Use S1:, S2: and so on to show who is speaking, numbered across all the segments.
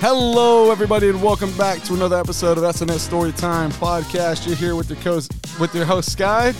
S1: Hello, everybody, and welcome back to another episode of SNS Storytime Podcast. You're here with your co with your host Sky.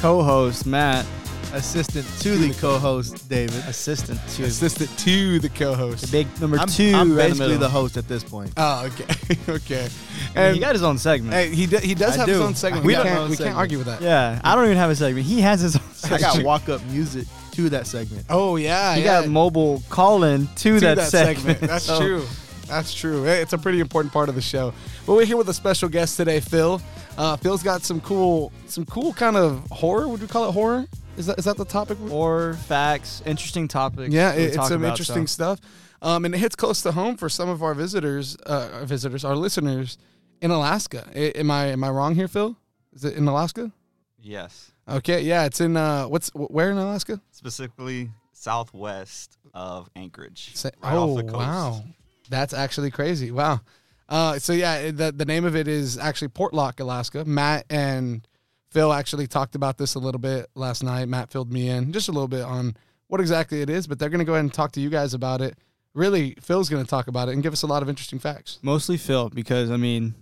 S2: co-host Matt,
S3: Assistant to the co-host, David.
S2: assistant to
S1: Assistant to the
S2: the
S1: co-host.
S2: big number
S3: I'm,
S2: two.
S3: I'm
S2: right in
S3: basically
S2: the,
S3: the host at this point.
S1: Oh, okay, okay.
S2: middle.
S1: And
S2: he got his own segment.
S1: hey, he, do- he does
S3: I
S1: have his
S3: do.
S1: own segment.
S3: I
S1: We
S3: got my
S1: can't
S3: own
S1: we
S3: segment.
S1: can't argue with that.
S2: yeah, I don't even have a segment. He has his own.
S3: I
S2: segment.
S3: got walk-up music to that segment.
S1: Oh yeah,
S2: He
S1: yeah.
S2: got mobile call-in
S1: to
S2: to, that, segment.
S1: That's
S2: So,
S1: true. That's true. Eh, It's a pretty important part of the show. But we're here with a special guest today, Phil. Uh, Phil's got some cool, some cool kind of horror. Would you call it horror? Is that is that the topic?
S2: Or facts, interesting topics.
S1: yeah,
S2: to
S1: it,
S2: talk
S1: it's some
S2: about,
S1: interesting
S2: so.
S1: stuff, um, and it hits close to home for some of our visitors, uh, our visitors, our listeners in Alaska. I- am I am I wrong here, Phil? Is it in Alaska?
S4: Yes,
S1: Okay, yeah, it's in uh, what's wh- where in Alaska?
S4: specifically southwest of Anchorage,
S1: Sa-
S4: right
S1: oh
S4: off the coast.
S1: wow, that's actually crazy. Wow. Uh, so yeah, it- the the name of it is actually Portlock, Alaska. Matt and Phil actually talked about this a little bit last night. Matt filled me in just a little bit on what exactly it is, but they're going to go ahead and talk to you guys about it. Really, Phil's going to talk about it and give us a lot of interesting facts.
S2: Mostly Phil, because I mean,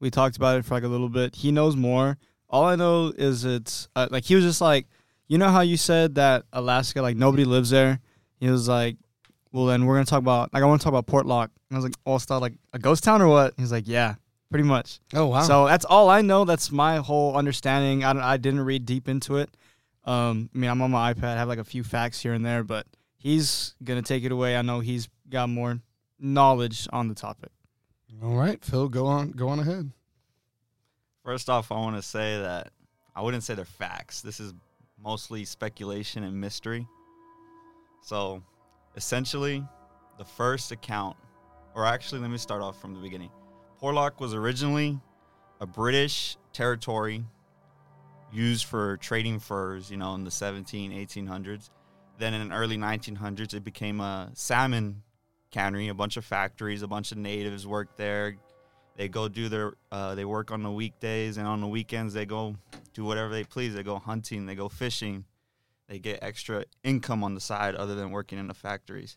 S2: we talked about it for like a little bit. He knows more. All I know is it's uh, like he was just like, you know how you said that Alaska, like nobody lives there. He was like, well then we're gonna talk about like I want to talk about Portlock. And I was like, oh, it's not like a ghost town or what? He's like, yeah, pretty much.
S1: Oh wow!
S2: So that's all I know. That's my whole understanding. I, don't- I didn't read deep into it. Um, I mean, I'm on my iPad. I have like a few facts here and there, but he's gonna take it away. I know he's got more knowledge on the topic.
S1: all right, Phil, go on, go on ahead.
S4: First off, I want to say that I wouldn't say they're facts. This is mostly speculation and mystery. So, essentially, the first account, or actually, let me start off from the beginning. Porlock was originally a British territory used for trading furs, you know, in the 17, 1800s. Then in the early 1900s, it became a salmon cannery, a bunch of factories, a bunch of natives worked there. They go do their, uh, they work on the weekdays and on the weekends, they go do whatever they please. They go hunting, they go fishing, they get extra income on the side other than working in the factories.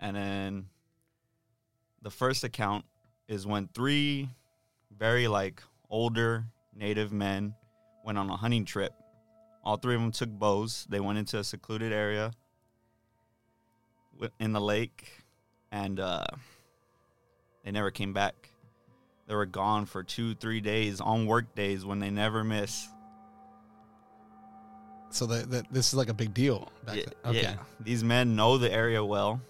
S4: And then the first account is when three very like older native men went on a hunting trip. All three of them took bows. They went into a secluded area wi- in the lake and uh, they never came back. They were gone for two, three days on work days when they never miss.
S1: So that, that this is like a big deal. Back
S4: Yeah,
S1: then. Okay.
S4: yeah. These men know the area well.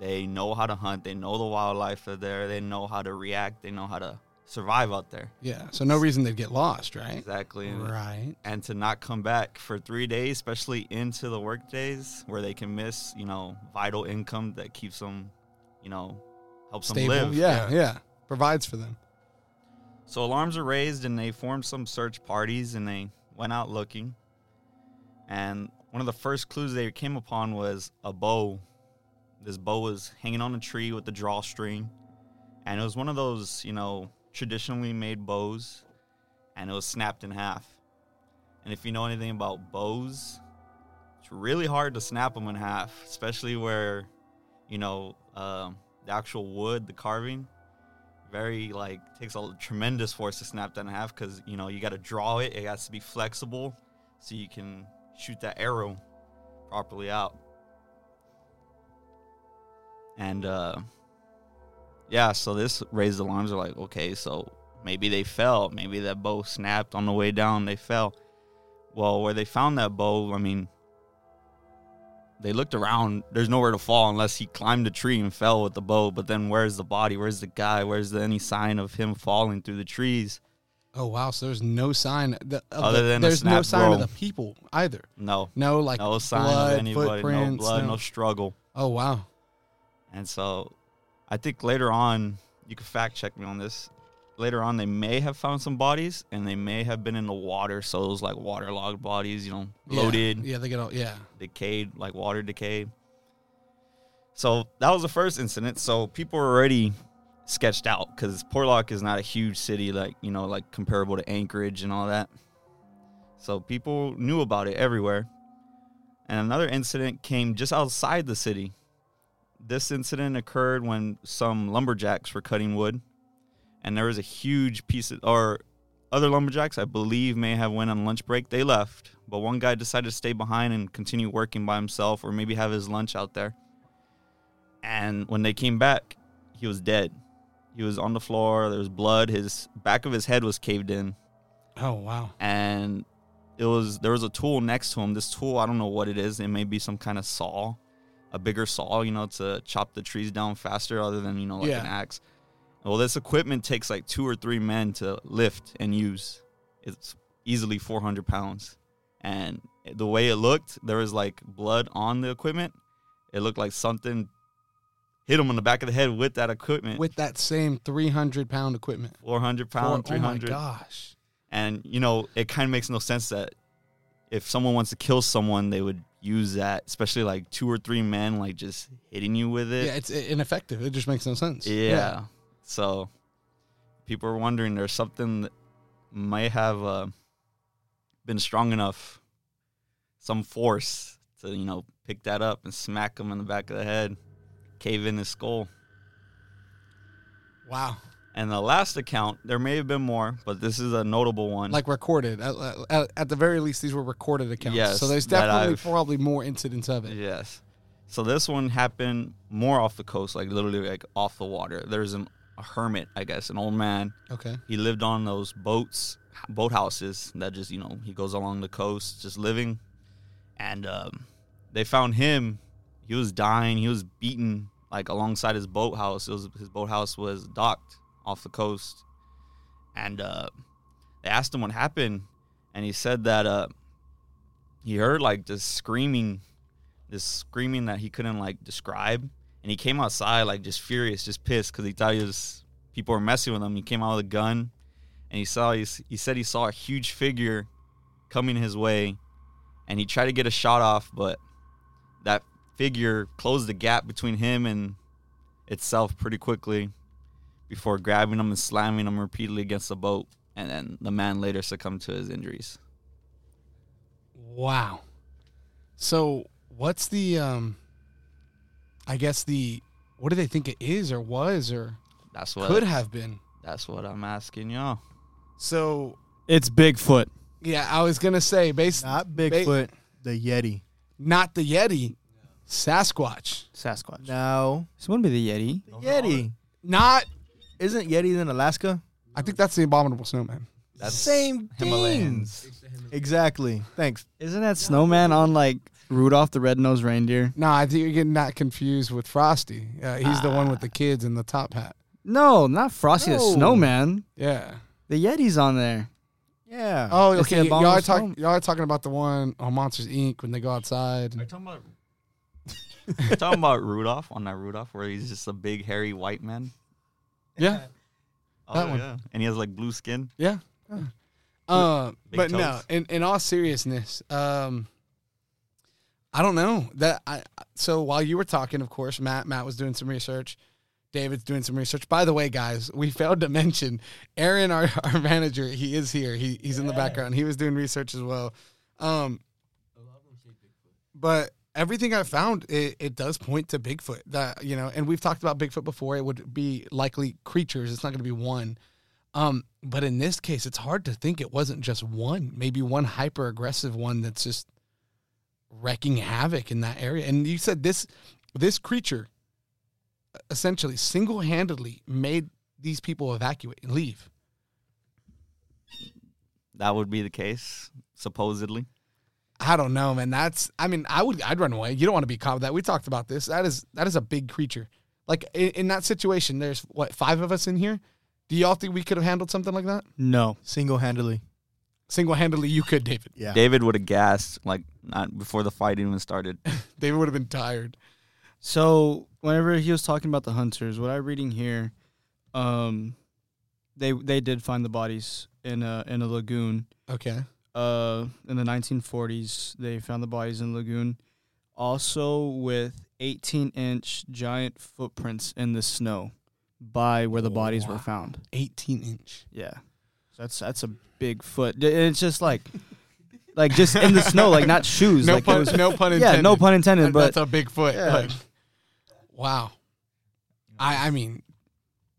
S4: They know how to hunt. They know the wildlife are there. They know how to react. They know how to survive out there.
S1: Yeah. So no reason they'd get lost, right?
S4: Exactly.
S1: Right.
S4: and to not come back for three days, especially into the work days where they can miss, you know, vital income that keeps them, you know, helps
S1: Stable.
S4: them live.
S1: yeah, yeah. Provides for them.
S4: So alarms are raised and they formed some search parties and they went out looking. And one of the first clues they came upon was a bow. This bow was hanging on a tree with a drawstring. And it was one of those, you know, traditionally made bows. And it was snapped in half. And if you know anything about bows, it's really hard to snap them in half, especially where, you know, um, the actual wood, the carving, very like takes a tremendous force to snap that in half because you know you got to draw it. It has to be flexible so you can shoot that arrow properly out. And uh, yeah, so this raised alarms. Are like, okay, so maybe they fell. Maybe that bow snapped on the way down. They fell. Well, where they found that bow, I mean, they looked around. There's nowhere to fall unless he climbed a tree and fell with the bow. But then where's the body? Where's the guy? Where's the, any sign of him falling through the trees?
S1: Oh wow! So there's no sign that, of
S4: Other
S1: the-
S4: than the
S1: there's no
S4: snap
S1: sign of
S4: roll.
S1: the people either.
S4: No.
S1: No, like
S4: no sign
S1: blood,
S4: of anybody. No
S1: footprints,
S4: blood,
S1: no-
S4: no struggle.
S1: Oh wow!
S4: And so I think later on, you can fact check me on this. Later on, they may have found some bodies and they may have been in the water. So it was like waterlogged bodies, you know,
S1: Yeah.
S4: bloated.
S1: Yeah, they get all. Yeah.
S4: decayed, like water decayed. So that was the first incident. So people were already sketched out because Portlock is not a huge city, like you know, like comparable to Anchorage and all that. So people knew about it everywhere. And another incident came just outside the city. This incident occurred when some lumberjacks were cutting wood, and there was a huge piece of, or other lumberjacks, I believe, may have went on lunch break. They left, but one guy decided to stay behind and continue working by himself, or maybe have his lunch out there. And when they came back, he was dead. He was on the floor. There was blood. His back of his head was caved in
S1: Oh wow.
S4: and it was there was a tool next to him. This tool, I don't know what it is. It may be some kind of saw, a bigger saw, you know, to chop the trees down faster, other than you know like
S1: Yeah.
S4: an axe. Well, this equipment takes like two or three men to lift and use. It's easily 400 pounds, and the way it looked, there was like blood on the equipment. It looked like something hit him on the back of the head with that equipment.
S1: With that same 300 pound equipment.
S4: 400 pound,
S1: Oh,
S4: 300.
S1: Oh my gosh.
S4: And you know, it kind of makes no sense that if someone wants to kill someone, they would use that, especially like two or three men, like just hitting you with
S1: Yeah,
S4: it.
S1: it's ineffective. It just makes no sense.
S4: Yeah. So people are wondering there's something that may have uh, been strong enough, some force to you know pick that up and smack him in the back of the head, cave in his skull.
S1: Wow.
S4: And the last account, there may have been more, but this is a notable one.
S1: Like recorded. At, at, at the very least, these were recorded accounts.
S4: Yes,
S1: so there's
S4: that
S1: definitely
S4: I've-
S1: probably more incidents of it.
S4: Yes. So this one happened more off the coast, like literally like off the water. There's an, a hermit, I guess, an old man.
S1: Okay.
S4: He lived on those boats, boat houses that just, you know, he goes along the coast just living. And um, they found him. He was dying. He was beaten like alongside his boathouse. It was, his boathouse was docked off the coast. And uh, they asked him what happened. And he said that uh, he heard like this screaming, this screaming that he couldn't like describe. And he came outside like just furious, just pissed because he thought he was people were messing with him. He came out with a gun, and he saw he, s- he said he saw a huge figure coming his way, and he tried to get a shot off, but that figure closed the gap between him and itself pretty quickly before grabbing him and slamming him repeatedly against the boat. And then the man later succumbed to his injuries.
S1: Wow. So what's the um I guess the what do they think it is or was or
S4: That's what
S1: could have been?
S4: that's what I'm asking y'all.
S1: So
S2: It's Bigfoot.
S1: yeah, I was gonna say based
S3: Not
S1: ba-
S3: Bigfoot, the Yeti.
S1: not the Yeti, Sasquatch.
S2: Sasquatch.
S3: No,
S2: This wouldn't be the Yeti.
S3: the Yeti.
S1: Not
S3: Isn't Yetis in Alaska?
S1: I think that's the abominable snowman.
S4: That's
S3: Same thing.
S4: Himalayans.
S3: Exactly. Thanks.
S2: Isn't that snowman on like Rudolph the Red-Nosed Reindeer?
S1: No, I think you're getting that confused with Frosty. Uh, he's the one with the kids in the top hat.
S2: No, not Frosty the
S3: No.
S2: Snowman.
S1: Yeah.
S2: The Yeti's on there.
S3: Yeah.
S1: Oh,
S2: It's the
S1: okay. Y'all are,
S2: abominable
S1: talk-
S2: snowman.
S1: y'all are talking about the one on Monsters Inc. when they go outside.
S4: Are you talking about? You're talking about Rudolph on that Rudolph, where he's just a big hairy white man.
S1: Yeah.
S4: Oh,
S1: That one.
S4: yeah. And he has like blue skin.
S1: Yeah. Uh,
S4: Big
S1: but no,
S4: toes.
S1: in, in all seriousness, um, I don't know that I. So while you were talking, of course, Matt Matt was doing some research. David's doing some research. By the way, guys, we failed to mention Aaron, our, our manager. He is here. He he's in the background. He was doing research as well. Um, but everything I found, it, it does point to Bigfoot. That you know, and we've talked about Bigfoot before. It would be likely creatures. It's not going to be one. Um, but in this case, it's hard to think it wasn't just one, maybe one hyper aggressive one that's just wrecking havoc in that area. And you said this this creature essentially single handedly made these people evacuate and leave.
S4: That would be the case, supposedly.
S1: I don't know, man. That's I mean, I would I'd run away. You don't want to be caught with that. We talked about this. That is that is a big creature. Like in, in that situation, there's what five of us in here. Do y'all think we could have handled something like that?
S2: No.
S3: Single handedly.
S1: Single handedly, you could, David.
S3: Yeah.
S4: David would have gassed like not before the fight even started.
S1: David would have been tired.
S2: So whenever he was talking about the hunters, what I'm reading here, um, they they did find the bodies in a in a lagoon.
S1: Okay.
S2: Uh, in the 1940s, they found the bodies in a lagoon, also with 18 inch giant footprints in the snow, by where the bodies were
S1: Oh, Wow.
S2: found.
S1: 18 inch.
S2: Yeah, so that's that's a big foot. D- It's just like, like just in the snow, like not shoes.
S1: No
S2: like it
S1: pun,
S2: was-
S1: no pun intended.
S2: yeah, no pun intended.
S1: That-
S2: But
S1: that's a big foot.
S2: Yeah.
S1: Like, Wow. I I mean,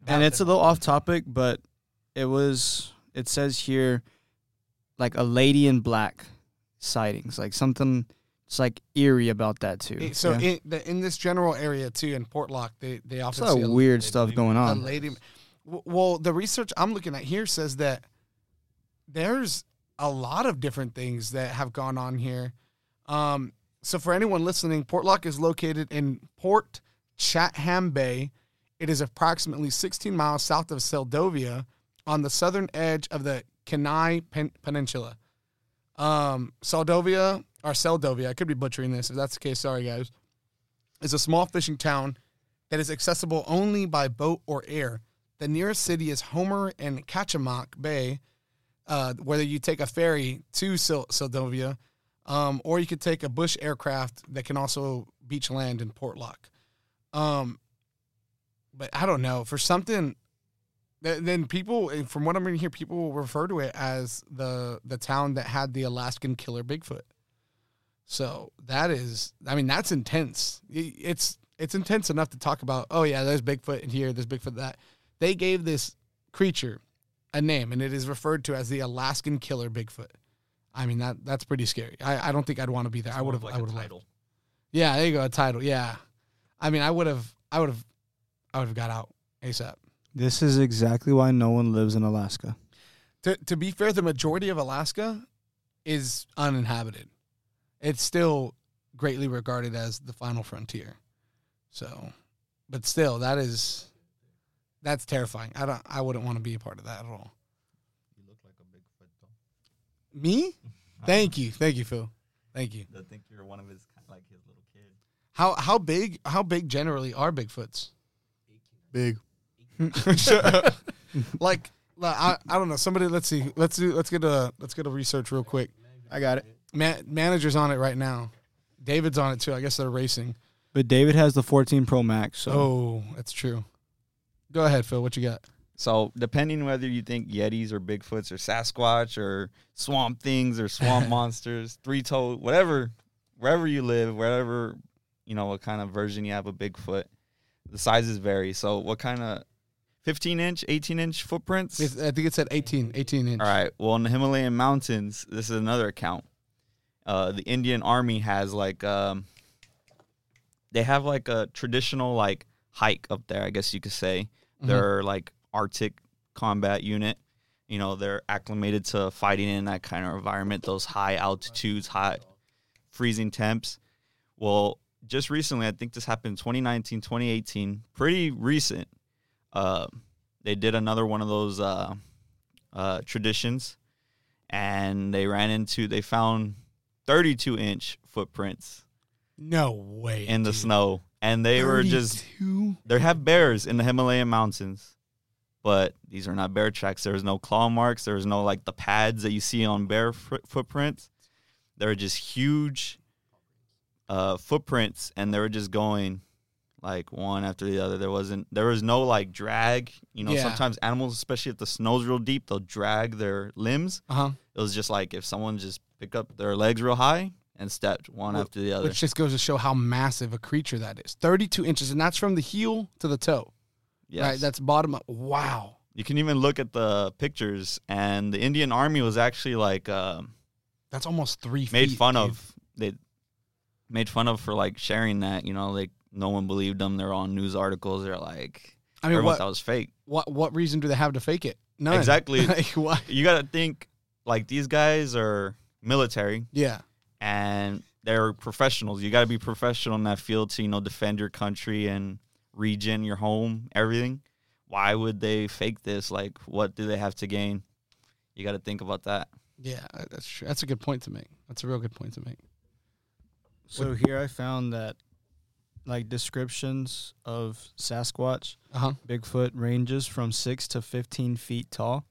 S2: and it's a little off topic, but it was. It says here, like a lady in black sightings, like something. It's like eerie about that too.
S1: it- so
S2: yeah.
S1: in the, in this general area too in Portlock, they they
S2: it's
S1: often
S2: a
S1: see
S2: lot of
S1: a-
S2: weird stuff
S4: lady-
S2: going
S1: a
S2: on.
S1: lady. w- Well, the research I'm looking at here says that there's a lot of different things that have gone on here. Um, so for anyone listening, Portlock is located in Port Chatham Bay. It is approximately 16 miles south of Seldovia on the southern edge of the Kenai Pen- Peninsula. Um, Seldovia or Seldovia, I could be butchering this. If that's the case, sorry guys. Is a small fishing town that is accessible only by boat or air. The nearest city is Homer and Kachamak Bay, uh, whether you take a ferry to Sil- Sildovia, um, or you could take a bush aircraft that can also beach land in Portlock. Um, but I don't know for something. th- Then people, and from what I'm reading here, people will refer to it as the the town that had the Alaskan killer Bigfoot. So that is, I mean, that's intense. I- It's it's intense enough to talk about. Oh yeah, there's Bigfoot in here. There's Bigfoot that. They gave this creature a name, and it is referred to as the Alaskan Killer Bigfoot. I mean that that's pretty scary. I, I don't think I'd want to be there. I would have. I would have. Yeah, there you go. A title. Yeah, I mean, I would have. I would have. I would have got out ASAP.
S2: This is exactly why no one lives in Alaska.
S1: To to be fair, the majority of Alaska is uninhabited. It's still greatly regarded as the final frontier. So, but still, that is that's terrifying. I don't. I wouldn't want to be a part of that at all.
S4: You look like a Bigfoot, though.
S1: Me? Thank you. Thank you, Phil. Thank you.
S4: I think you're one of his, kind of like his little kid.
S1: How how big how big generally are Bigfoots?
S3: Big.
S1: like like, I, I don't know somebody let's see let's do let's get a let's get a research real quick
S3: I got it.
S1: Ma- manager's on it right now david's on it too i guess they're racing
S2: But David has the 14 Pro Max, so
S1: oh that's true go ahead phil what you got
S4: So, depending whether you think Yetis or Bigfoots or Sasquatch or swamp things or swamp monsters, three toed, whatever, wherever you live, wherever, you know, what kind of version you have of Bigfoot, the sizes vary. So, what kind of 15 inch, 18 inch footprints?
S1: It's- i think it said 18 18 inch
S4: All right. Well, in the Himalayan mountains, this is another account. Uh, the Indian Army has like um, they have like a traditional like hike up there. I guess you could say
S1: Mhm.
S4: they're like Arctic combat unit. You know, they're acclimated to fighting in that kind of environment, those high altitudes, high freezing temps. Well, just recently, I think this happened 2019, 2018, pretty recent. Uh, they did another one of those uh, uh, traditions and they ran into, they found 32 inch footprints
S1: no way
S4: in the
S1: dude.
S4: snow. And they were just
S1: 32?
S4: there have bears in the Himalayan mountains, but these are not bear tracks. There was no claw marks. There was no like the pads that you see on bear foot footprints. They were just huge uh, footprints, and they were just going like one after the other. There wasn't there was no like drag. You know,
S1: Yeah.
S4: sometimes animals, especially if the snow's real deep, they'll drag their limbs.
S1: uh-huh
S4: It was just like if someone just picked up their legs real high and stepped one
S1: Wh-
S4: after the other.
S1: which just goes to show how massive a creature that is 32 inches and that's from the heel to the toe
S4: Yes.
S1: right that's bottom up wow
S4: you can even look at the pictures and the indian army was actually like um
S1: that's almost three feet
S4: made fun
S1: dude.
S4: of they made fun of for like sharing that you know like no one believed them they're on news articles they're like
S1: i mean
S4: everyone
S1: what,
S4: thought it was fake
S1: what what reason do they have to fake it None.
S4: Exactly.
S1: like why
S4: you gotta think like these guys are military
S1: yeah
S4: and they're professionals you gotta be professional in that field to you know defend your country and region your home everything why would they fake this like what do they have to gain you gotta think about that
S1: Yeah, uh, that's true. That's a good point to make. That's a real good point to make.
S2: So here I found that like descriptions of Sasquatch,
S1: Uh huh.
S2: Bigfoot ranges from 6 to 15 feet tall.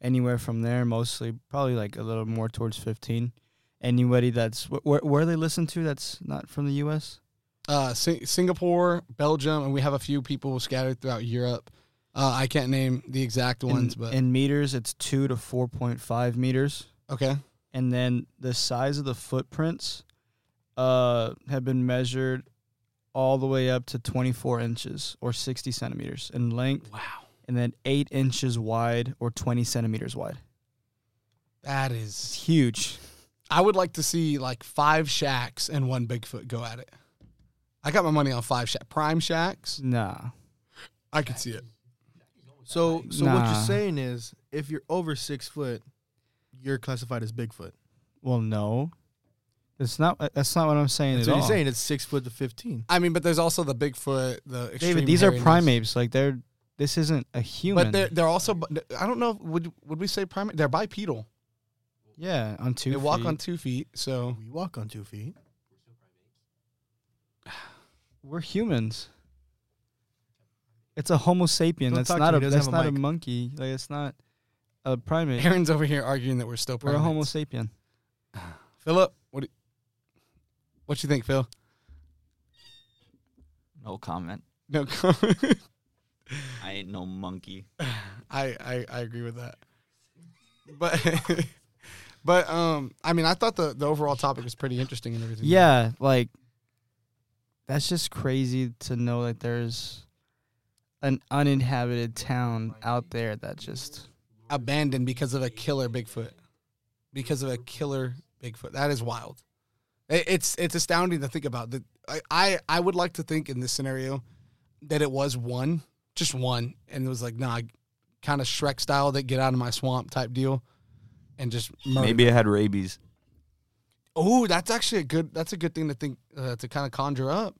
S2: Anywhere from there, mostly probably like a little more towards 15. Anybody that's wh- where where they listen to that's not from the US?
S1: Uh, Sing- Singapore, Belgium, and we have a few people scattered throughout Europe. Uh, I can't name the exact ones,
S2: in,
S1: but
S2: in meters it's 2 to 4.5 meters.
S1: okay.
S2: and then the size of the footprints uh, have been measured all the way up to 24 inches or 60 centimeters in length. Wow. And then eight inches wide or 20 centimeters wide.
S1: That
S2: It's
S1: is.
S2: huge.
S1: I would like to see like five shacks and one Bigfoot go at it. I got my money on five shack prime shacks.
S2: Nah.
S1: I could see it.
S3: So, so what
S2: Nah.
S3: you're saying is, if you're over six foot, you're classified as Bigfoot.
S2: Well, no. It's not. uh, That's not what I'm saying
S3: So
S2: at
S3: you're
S2: all.
S3: saying it's six foot to fifteen.
S1: I mean, but there's also the Bigfoot, the extreme
S2: David, these are
S1: hairiness.
S2: primates. Like they're. This isn't a human.
S1: But they're they're also. I don't know. if- Would would we say primate? They're bipedal.
S2: yeah, on two.
S1: they walk on
S2: feet.
S1: two feet. So
S3: We walk on two feet.
S2: We're humans. It's a Homo sapien.
S3: Don't
S2: that's
S3: talk to
S2: not
S3: me,
S2: a.
S3: he doesn't
S2: That's
S3: have a
S2: not a
S3: mic.
S2: monkey. Like it's not a primate.
S1: Aaron's over here arguing that we're still
S2: We're
S1: primates.
S2: a Homo sapien.
S1: Philip, what do, what you think, Phil?
S4: No comment.
S1: No comment.
S4: I ain't no monkey.
S1: I, I I agree with that. But but um I mean I thought the, the overall topic was pretty interesting and everything.
S2: Yeah, like that's just crazy to know that there's an uninhabited town out there that just
S1: Abandoned because of a killer Bigfoot. Because of a killer Bigfoot. That is wild. It, it's it's astounding to think about. That I, I I would like to think in this scenario that it was one, just one, and it was like nah, kind of Shrek style that get out of my swamp type deal, and just murdered
S4: Maybe I had rabies.
S1: Oh, that's actually a good. That's a good thing to think uh, to kind of conjure up.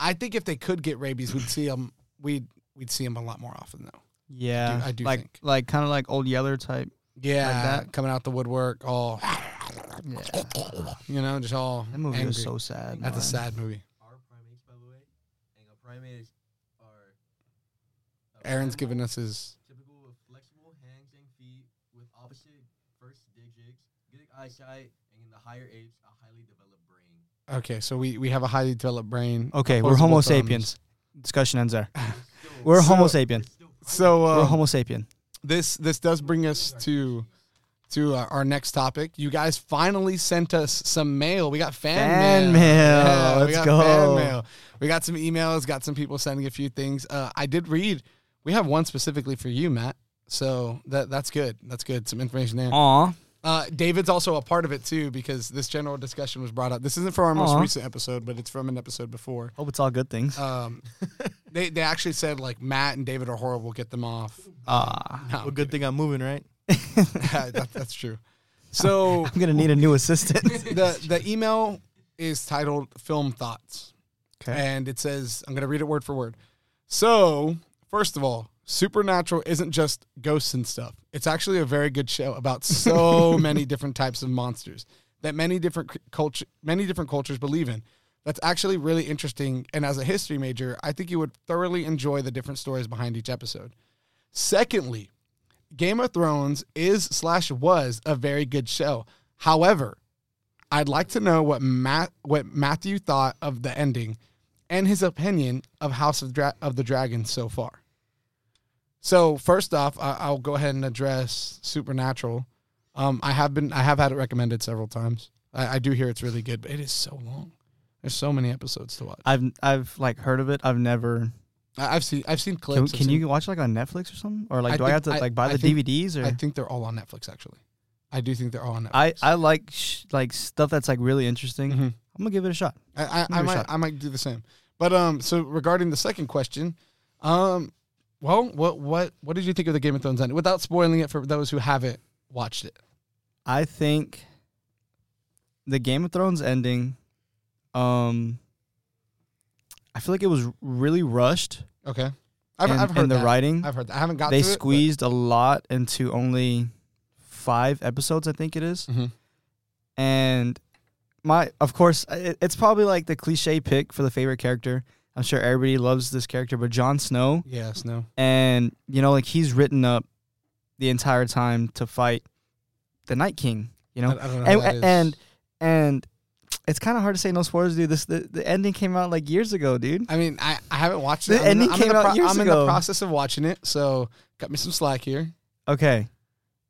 S1: I think if they could get rabies, we'd see them. We'd we'd see them a lot more often though.
S2: yeah,
S1: I do
S2: like
S1: think.
S2: like kind of like old Yeller type.
S1: Yeah,
S2: that?
S1: coming out the woodwork, all
S2: Yeah,
S1: you know, just all
S2: that movie
S1: angry.
S2: was so sad.
S1: That's a
S2: man.
S1: sad movie.
S5: are primates, by the way, and a primate is are. a
S1: Aaron's
S5: primal,
S1: giving us his.
S5: Typical with flexible hands and feet, with opposite first digits, good eyesight, and in the higher apes, a highly developed brain.
S1: Okay, so we we have a highly developed brain.
S2: Okay, we're Homo
S1: Opposable thumbs.
S2: sapiens. Discussion ends there.
S5: We're still-
S2: We're Homo
S1: So-
S5: we're
S2: sapien.
S5: still primates.
S1: So
S2: we're
S1: um,
S2: Homo sapien.
S1: this this does bring us to to uh, our, our next topic. You guys finally sent us some mail. We got fan,
S2: Fan
S1: mail.
S2: mail.
S1: we
S2: Let's
S1: got
S2: go.
S1: Fan mail. We got some emails. Got some people sending a few things. Uh, I did read. We have one specifically for you, Matt. So that that's good. That's good. Some information there.
S2: Aw,
S1: Uh, David's also a part of it too because this general discussion was brought up. This isn't for our most
S2: Aw.
S1: recent episode, but it's from an episode before.
S2: hope it's all good things.
S1: Um, they they actually said like Matt and David are horrible. Get them off.
S2: Ah,
S1: No,
S3: Well, good thing I'm moving, right?
S1: that, that's true. So
S2: I'm gonna need a new assistant.
S1: the the email is titled Film Thoughts.
S2: 'Kay.
S1: And it says, I'm going to read it word for word. So, first of all, Supernatural isn't just ghosts and stuff. It's actually a very good show about so many different types of monsters that many different cr- culture many different cultures believe in. That's actually really interesting and as a history major, I think you would thoroughly enjoy the different stories behind each episode. Secondly, Game of Thrones is slash was a very good show. However, I'd like to know what Matt what Matthew thought of the ending and his opinion of House of, Dra- of the Dragon so far. So first off, I- I'll go ahead and address Supernatural. Um, I have been I have had it recommended several times. I, I do hear it's really good, but it is so long. There's so many episodes to watch.
S2: I've I've like heard of it. I've never.
S1: I, I've seen I've seen
S2: Can,
S1: clips. I've
S2: can
S1: seen-
S2: you watch it, like on Netflix or something? Or like,
S1: I
S2: do I have to
S1: think- I-
S2: like buy
S1: I
S2: the
S1: think-
S2: DVDs? Or
S1: I think they're all on Netflix actually. I do think they're all on Netflix.
S2: I I like sh- like stuff that's like really interesting.
S1: Mhm.
S2: I'm gonna give it a shot.
S1: I, I,
S2: Mm-hmm. Give it
S1: I
S2: a
S1: might
S2: shot.
S1: I might do the same. But um, so regarding the second question, um, well, what what what did you think of the Game of Thrones ending? Without spoiling it for those who haven't watched it,
S2: I think the Game of Thrones ending. Um, I feel like it was really rushed
S1: okay? I've,
S2: in,
S1: I've heard
S2: in the
S1: that.
S2: writing.
S1: I've heard that. I haven't got
S2: they
S1: to it, but-
S2: squeezed a lot into only five episodes, I think it is.
S1: Mhm.
S2: And my, of course, it, it's probably like the cliche pick for the favorite character. I'm sure everybody loves this character, but Jon Snow,
S1: Yes, no.
S2: and you know, like he's written up the entire time to fight the Night King. You know,
S1: I, I don't know.
S2: and
S1: who that is.
S2: and, and it's kind of hard to say no spoilers, dude. This the, the ending came out like years ago, dude.
S1: I mean, I, I haven't watched
S2: The
S1: it. I'm, in
S2: ending
S1: the- I'm,
S2: came
S1: in, the
S2: out years
S1: I'm in the
S2: ago.
S1: process of watching it, so cut me some slack here.
S2: Okay.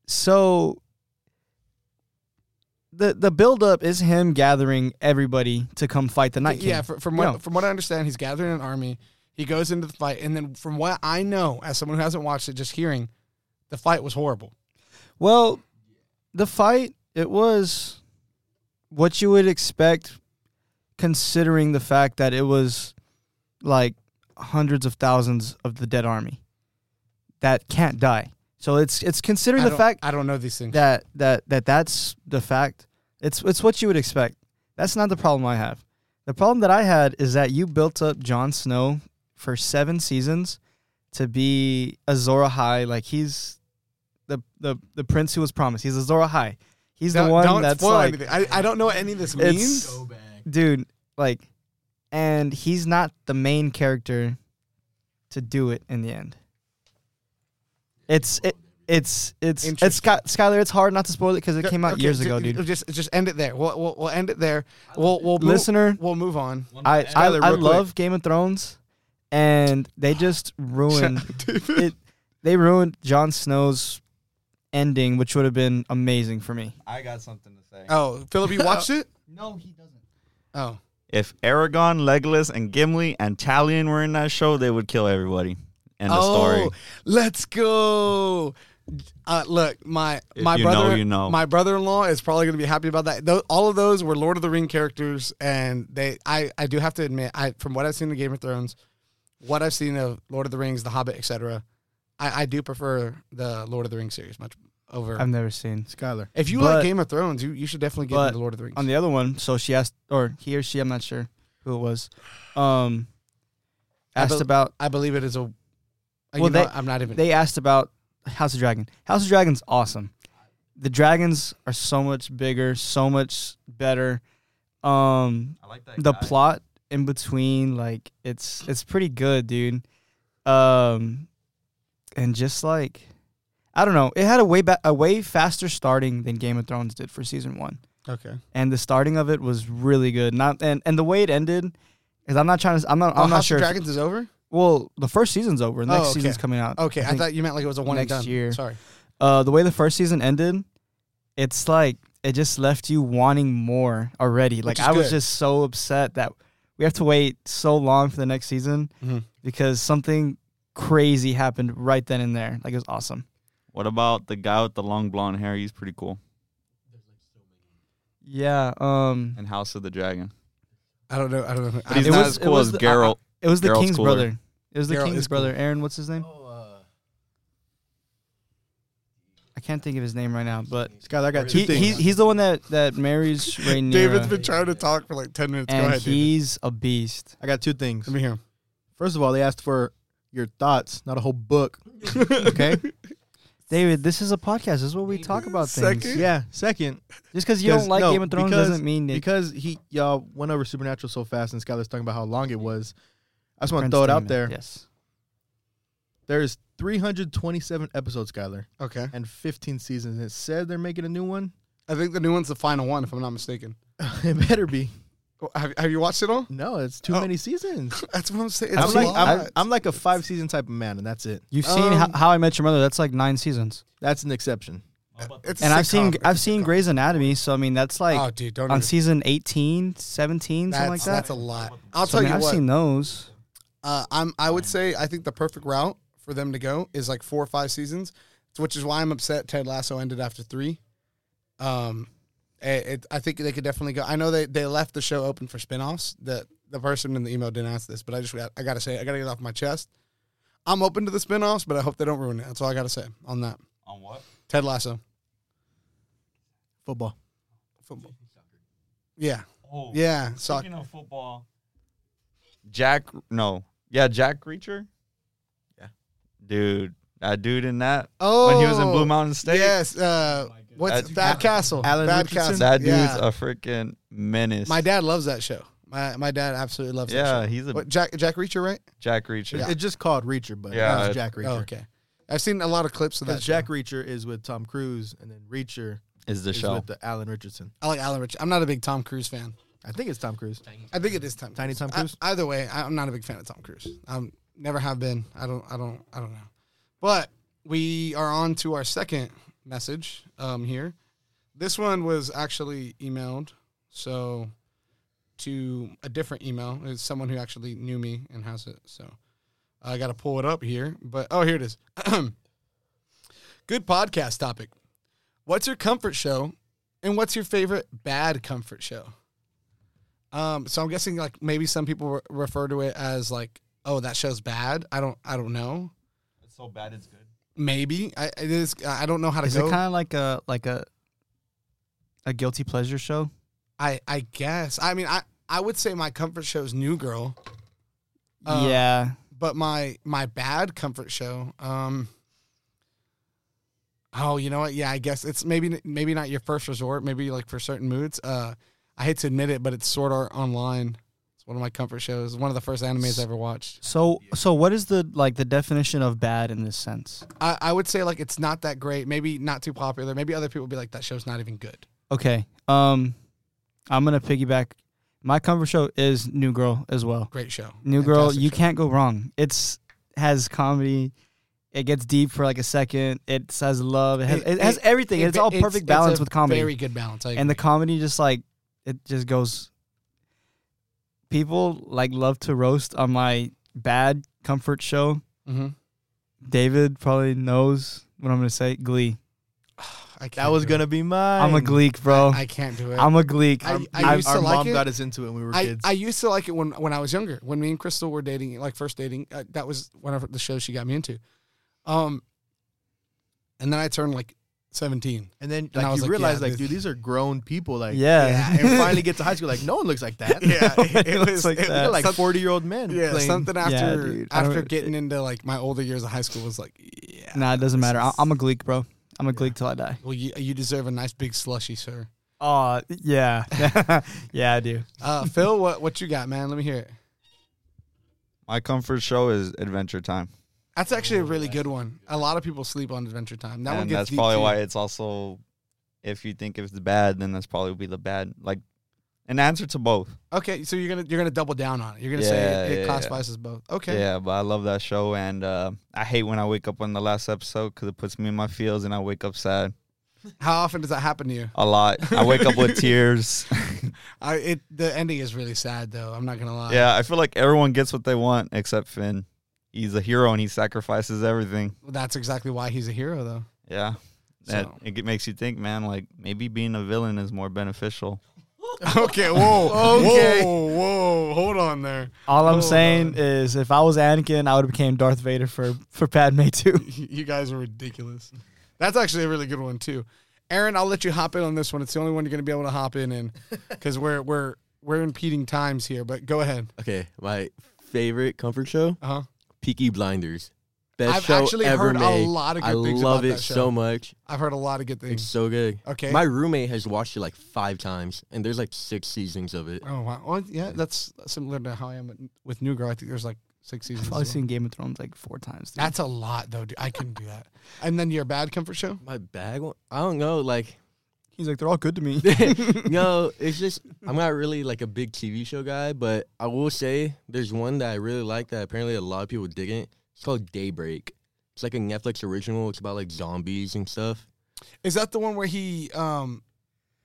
S2: So the the build up is him gathering everybody to come fight the Night King.
S1: Yeah, fr- from what
S2: No.
S1: from what I understand, he's gathering an army. He goes into the fight, and then from what I know, as someone who hasn't watched it, just hearing, the fight was horrible.
S2: Well, the fight it was what you would expect, considering the fact that it was like hundreds of thousands of the dead army that can't die. So it's it's considering
S1: I
S2: the
S1: don't-
S2: fact
S1: I don't know these things.
S2: that that that that's the fact. It's it's what you would expect. That's not the problem I have. The problem that I had is that you built up Jon Snow for seven seasons to be Azor High, like he's the the the prince who was promised. He's Azor High. He's
S1: don't,
S2: the one
S1: don't
S2: that's
S1: spoil
S2: like,
S1: anything. I, I don't know what any of this
S2: It's-
S1: means.
S5: Go back.
S2: dude, like, and he's not the main character to do it in the end. It's it. It's it's it's
S1: Interesting.
S2: Scott Skyler. It's hard not to spoil it because it came out
S1: Okay,
S2: years
S1: ju-
S2: ago, dude.
S1: Just just end it there. We'll we'll, we'll end it there. We'll we'll move-
S2: Listener,
S1: we'll move on.
S5: One
S2: I
S5: last-
S2: I,
S3: Skyler,
S2: I
S3: real quick.
S2: love Game of Thrones, and they just ruined it. They ruined Jon Snow's ending, which would have been amazing for me.
S4: I got something to say.
S1: Oh, Philip, you watched it?
S5: no, he doesn't.
S1: Oh,
S4: If Aragon, Legolas, and Gimli and Talion were in that show, they would kill everybody. End of story.
S1: Oh, Let's go. Uh, look, my
S4: If
S1: my
S4: you know,
S1: brother,
S4: you know.
S1: my brother-in-law is probably going to be happy about that. Tho- all of those were Lord of the Ring characters, and they, I, I do have to admit, I from what I've seen of Game of Thrones, what I've seen of Lord of the Rings, The Hobbit, etc., I, I do prefer the Lord of the Rings series much over.
S2: I've never seen.
S3: Skylar.
S1: if you
S2: Um, but-
S1: like Game of Thrones, you, you should definitely get
S2: but
S1: into Lord of the Rings.
S2: on the other one. So she asked, or he or she, I'm not sure who it was, um,
S1: I
S2: asked
S1: bel-
S2: about.
S1: I believe it is a. Well,
S2: Well, they-
S1: I'm not even.
S2: They asked about House of Dragon. House of Dragon's awesome. The dragons are so much bigger, so much better. Um,
S4: I like that.
S2: the plot in between, like it's it's pretty good, dude. Um, and just like I don't know, it had a way ba- a way faster starting than Game of Thrones did for season one.
S1: okay.
S2: and the starting of it was really good. Not and, and the way it ended, because I'm not trying to. I'm not.
S1: Oh,
S2: I'm not
S1: House
S2: sure.
S1: of
S2: if-
S1: Dragons is over.
S2: well, the first season's over. The
S1: Oh,
S2: next
S1: okay.
S2: season's coming out.
S1: Okay, I,
S2: think.
S1: thought you meant like it was a one
S2: next
S1: and done.
S2: year.
S1: Sorry.
S2: uh, the way the first season ended, it's like it just left you wanting more already. Like
S1: Which is
S2: I was
S1: good.
S2: just so upset that we have to wait so long for the next season
S1: Mhm.
S2: because something crazy happened right then and there. Like it was awesome.
S4: What about the guy with the long blonde hair? He's pretty cool.
S2: Yeah. Um.
S4: In House of the Dragon.
S1: I don't know. I don't know.
S4: But he's
S2: It
S4: not
S2: was-
S4: as
S2: it
S4: cool
S2: was
S4: as
S2: the- I- I-
S4: Geralt.
S2: It was the
S4: Geralt's
S2: king's
S4: cooler.
S2: brother. It was the
S1: Geralt
S2: king's
S1: is cool.
S2: brother. Aaron, what's his name?
S5: Oh, uh,
S2: I can't think of his name right now, but
S3: Skylar, I got two
S2: he,
S3: things.
S2: he's, he's the one that that marries Rhaenyra,
S1: David's been trying to talk for like ten minutes.
S2: and
S1: Go ahead. David.
S2: he's a beast.
S3: I got two things.
S1: Let me hear him.
S3: First of all, they asked for your thoughts, not a whole book. Okay.
S2: David, this is a podcast. This is what we talk about things.
S1: Second.
S3: yeah. Second,
S2: Just because you don't
S3: 'Cause-
S2: like
S3: no,
S2: Game of Thrones
S3: because-
S2: doesn't mean that
S3: because he y'all went over Supernatural so fast, and Skylar's talking about how long it was. I just want to
S2: Prince
S3: throw it
S2: Damon.
S3: out there.
S2: Yes,
S3: There's 327 episodes, Skylar,
S1: Okay.
S3: and 15 seasons. And it said they're making a new one.
S1: I think the new one's the final one, if I'm not mistaken.
S3: it better be.
S1: Oh, Have, have you watched it all?
S3: No, it's too
S1: Oh.
S3: many seasons.
S1: That's what I'm saying.
S3: I'm
S1: It's a
S3: like,
S1: lot.
S3: I'm, I'm like a five season type of man, and that's it.
S2: you've seen Ho-
S1: Um,
S2: How, I Met Your Mother. That's like nine seasons,
S3: That's an exception.
S1: It's a
S2: and I've
S1: sitcom.
S2: seen
S1: It's a
S2: I've seen
S1: sitcom.
S2: Grey's Anatomy. So I mean, that's like
S1: oh, dude, don't.
S2: on
S1: even-
S2: season 18, 17,
S1: that's,
S2: something like that.
S1: that's a lot. I'll
S2: So,
S1: tell
S2: I mean,
S1: you
S2: I've
S1: what.
S2: seen those.
S1: Uh, I'm. I would say I think the perfect route for them to go is like four or five seasons, which is why I'm upset Ted Lasso ended after three. Um, it, it, I think they could definitely go. I know they, they left the show open for spinoffs. The the person in the email didn't ask this, but I just got, I gotta say I gotta get it off my chest. I'm open to the spinoffs, but I hope they don't ruin it. That's all I gotta say on that.
S4: uh, On what?
S1: Ted Lasso
S3: Football.
S1: football. Yeah,
S4: Oh,
S1: yeah. So
S4: of football, Jack. No, yeah, Jack Reacher.
S3: Yeah.
S4: dude, that dude in that
S1: oh,
S4: when he was in Blue Mountain State.
S1: Yes.
S3: Oh
S1: Uh, what's
S4: That's-
S1: Bad Castle?
S3: Alan
S1: Bad
S3: Richardson?
S1: Castle.
S4: That dude's
S1: yeah.
S4: a freaking menace.
S1: My dad loves that show. My my dad absolutely loves that show.
S4: Yeah, he's a
S1: What, Jack Jack Reacher, right?
S4: Jack Reacher.
S1: Yeah.
S3: It's just called Reacher, but
S4: Yeah,
S3: yeah,
S4: it-
S3: it's Jack Reacher.
S1: Oh, okay. I've seen a lot of clips of that.
S3: Because Jack
S1: show.
S3: Reacher is with Tom Cruise, and then Reacher
S4: Is the
S3: is
S4: show?
S3: with the Alan Richardson.
S1: I like Alan Rich. I'm not a big Tom Cruise fan.
S3: I think it's Tom Cruise.
S1: I think it is Tom.
S3: Tiny Tom
S1: I-
S3: Cruise?
S1: either way, I- I'm not a big fan of Tom Cruise. I'm never have been. I don't. I don't. I don't know. But we are on to our second message um, here. This one was actually emailed, so to a different email. It's someone who actually knew me and has it. So I got to pull it up here. But oh, here it is. Good podcast topic. What's your comfort show, and what's your favorite bad comfort show? Um, so I'm guessing like maybe some people re- refer to it as like, oh, that show's bad. I don't, I don't know.
S4: It's so bad, it's good.
S1: Maybe I it is. I don't know how to
S2: Is it
S1: go.
S2: kind of like a like a a guilty pleasure show?
S1: I I guess. I mean, I I would say my comfort show is New Girl. Uh,
S2: yeah,
S1: But my my bad comfort show. Um. Oh, you know what? Yeah, I guess it's maybe maybe not your first resort. Maybe like for certain moods. Uh, I hate to admit it, but it's Sword Art Online. It's one of my comfort shows. One of the first animes I ever watched.
S2: So so what is the like the definition of bad in this sense?
S1: I, I would say like it's not that great. Maybe not too popular. Maybe other people would be like that show's not even good.
S2: Okay. Um I'm going to piggyback my comfort show is New Girl as well.
S1: Great show.
S2: New Girl,
S1: Fantastic
S2: you
S1: show.
S2: can't go wrong. It's has comedy. It gets deep for like a second. It has love. It has, it, has everything.
S1: it-
S2: it's all perfect balance
S1: a
S2: with comedy.
S1: Very good balance. I
S2: and the
S1: agree.
S2: comedy just like it just goes people like love to roast on my bad comfort show
S1: Mhm.
S2: david probably knows what i'm gonna say glee
S1: I can't
S3: That was
S1: do
S3: gonna be mine.
S2: i'm a gleek bro
S1: It. I can't do it.
S2: Oh. i'm a gleek
S1: I-
S3: Our,
S1: I
S3: our-
S1: used to
S3: our
S1: like
S3: mom
S1: it.
S3: got us into it when we were
S1: I,
S3: kids.
S1: I used to like it when, when I was younger. When me and Crystal were dating, like first dating, uh, that was one of the shows she got me into. Um, and then I turned like seventeen.
S3: and then
S1: I
S3: like
S1: was
S3: you
S1: like,
S3: realize
S1: yeah,
S3: like,
S1: this-
S3: dude, these are grown people. Like,
S2: yeah,
S3: and finally get to high school. Like, no one looks like that.
S2: it It was- looks like it- that.
S3: They're like
S1: Some-
S3: forty year old men.
S1: yeah,
S3: playing.
S1: something after
S2: dude. I
S1: after
S2: don't-
S1: getting into like my older years of high school was like, yeah.
S2: nah it doesn't
S1: this
S2: matter I,
S1: is-
S2: i'm a gleek bro i'm a gleek till i die
S1: Well, you you deserve a nice big slushy, sir.
S2: oh yeah yeah i do
S1: Uh, Phil, what what you got, man? Let me hear it.
S4: My comfort show is Adventure Time,
S1: That's actually a really good one. A lot of people sleep on Adventure Time. That one
S4: and
S1: gets
S4: that's
S1: deep
S4: probably
S1: too.
S4: why it's also. If you think it's bad, then that's probably be the bad. Like, an answer to both.
S1: Okay, so you're gonna you're gonna double down on it. You're gonna
S4: Yeah,
S1: say it,
S4: yeah,
S1: it
S4: yeah.
S1: classifies as both. Okay.
S4: Yeah, but I love that show, and uh, I hate when I wake up on the last episode because it puts me in my feels, and I wake up sad
S1: How often does that happen to you?
S4: a lot. I wake up with tears.
S1: I it the ending is really sad though. I'm not gonna lie.
S4: yeah, I feel like everyone gets what they want except Finn. He's a hero and he sacrifices everything.
S1: That's exactly why he's a hero though.
S4: Yeah, that
S1: So-
S4: it g- makes you think, man. Like maybe being a villain is more beneficial.
S1: okay. Whoa.
S3: Okay.
S1: Whoa. Whoa. Hold on there.
S2: all i'm
S1: Hold
S2: saying
S1: on.
S2: is if i was anakin i would have became darth vader for for padme too
S1: you guys are ridiculous. That's actually a really good one too. Aaron, I'll let you hop in on this one. It's the only one you're gonna be able to hop in in because we're we're we're impeding times here. But go ahead.
S6: Okay, my favorite comfort show,
S1: Uh huh.
S6: Peaky Blinders. Best
S1: I've
S6: show
S1: actually
S6: ever
S1: heard
S6: made.
S1: a lot of good
S6: I
S1: things
S6: love
S1: about
S6: it
S1: that show.
S6: so much.
S1: I've heard a lot of good
S6: It's
S1: things.
S6: so good.
S1: Okay.
S6: My roommate has watched it like five times, and there's like six seasons of it.
S1: oh wow. Well, yeah, that's similar to how I am with New Girl. I think there's like six seasons.
S2: i've
S1: as
S2: probably
S1: well.
S2: seen game of thrones like four times dude.
S1: That's a lot though, dude. I couldn't do that. And then your bad comfort show?
S6: My bag, one- I don't know. Like,
S2: he's like they're all good to me
S6: no, it's just I'm not really like a big TV show guy, but I will say there's one that I really like that apparently a lot of people didn't. It's called Daybreak. It's like a Netflix original. It's about like zombies and stuff.
S1: Is that the one where he um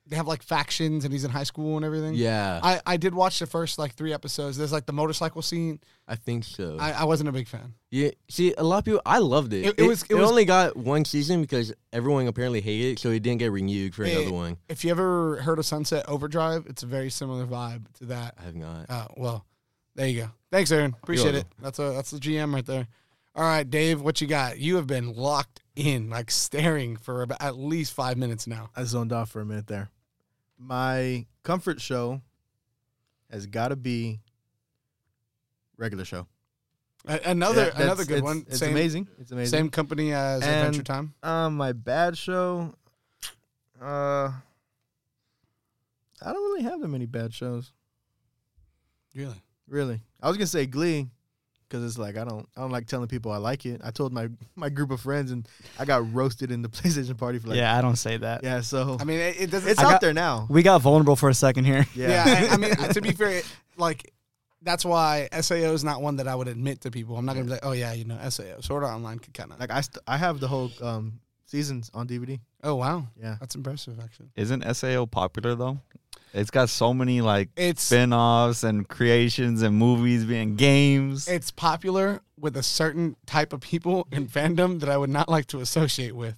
S1: they have like factions and he's in high school and everything?
S6: Yeah,
S1: I, I did watch the first like three episodes. There's like the motorcycle scene.
S6: I think so.
S1: I, I wasn't a big fan.
S6: Yeah, see, a lot of people. I loved it.
S1: It- it was- it
S6: It,
S1: was-
S6: only got one season because everyone apparently hated it, so it didn't get renewed for
S1: Yeah.
S6: another one.
S1: If you ever heard of Sunset Overdrive, it's a very similar vibe to that.
S6: I have not.
S1: Uh, well, there you go. Thanks, Aaron. Appreciate it. That's a that's the GM right there. All right, Dave, what you got? You have been locked in, like staring for about at least five minutes now.
S3: I zoned off for a minute there. My comfort show has got to be regular show.
S1: A- Another
S3: Yeah, that's-
S1: another good
S3: it's-
S1: one.
S3: It's
S1: same
S3: amazing. It's amazing.
S1: same company as
S3: And-
S1: Adventure Time.
S3: Um, my bad show. Uh, I don't really have that many bad shows.
S1: Really?
S3: Really, I was gonna say Glee, because it's like I don't I don't like telling people I like it. I told my my group of friends and I got roasted in the PlayStation party for like yeah,
S2: yeah i don't say that
S3: so
S1: I mean, it, it doesn't.
S3: it's
S2: I
S3: out
S2: got-
S3: there now.
S2: we got vulnerable for a second here
S1: yeah, I, I mean, to be fair, it, like that's why SAO is not one that I would admit to people. I'm not gonna be like, oh yeah, you know, SAO. Sword Art Online could kind of.
S3: like I st- I have the whole um seasons on DVD.
S1: Oh wow,
S3: Yeah.
S1: that's impressive actually.
S4: Isn't Sao popular though? It's got so many like
S1: It's
S4: spin-offs and creations and movies being games.
S1: it's popular with a certain type of people in fandom that I would not like to associate with,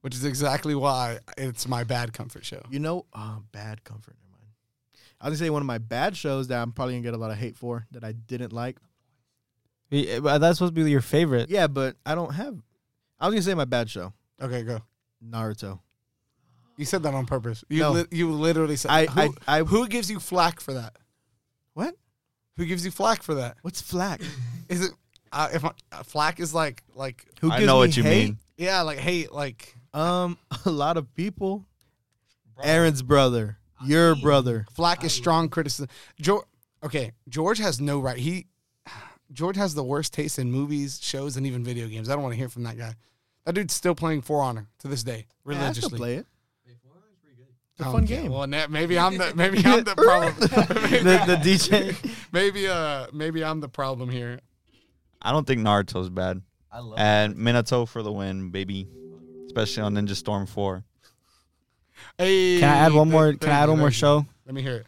S1: which is exactly why it's my bad comfort show.
S3: You know, uh, bad comfort. Never mind. I was gonna say one of my bad shows that I'm probably gonna get a lot of hate for that I didn't like.
S2: We- but That's supposed to be your favorite.
S3: Yeah, but I don't have. I was gonna say my bad show,
S1: Okay, go.
S3: Naruto.
S1: You said that on purpose. You
S3: No.
S1: li- you literally said.
S3: I,
S1: who,
S3: I, I,
S1: who gives you flack for that?
S3: What?
S1: Who gives you flack for that?
S3: what's flack?
S1: Is it uh, if I, uh, flack is like like
S3: Who
S4: I
S3: gives
S4: know
S3: me
S4: what you
S3: hate?
S4: mean.
S1: yeah like hate like
S3: Um, a lot of people. Aaron's brother, your brother.
S1: flack is strong criticism. George, okay, George has no right. He George has the worst taste in movies, shows, and even video games. I don't want to hear from that guy. That dude's still playing For Honor to this day
S3: Yeah, I still
S1: religiously.
S3: play it.
S5: Wait, Fortnite is pretty good.
S3: It's a
S1: Oh,
S3: fun
S1: yeah.
S3: game.
S1: Well, na- maybe I'm the maybe I'm the problem.
S2: the, the DJ.
S1: maybe uh maybe I'm the problem here.
S4: I don't think Naruto's bad.
S5: I love
S4: And Minato for the win, baby. Especially on Ninja Storm 4.
S1: Hey,
S2: Can I add one
S1: th-
S2: more? Can
S1: thank
S2: I add
S1: you,
S2: one more
S1: thank you.
S2: show?
S1: Let me hear it.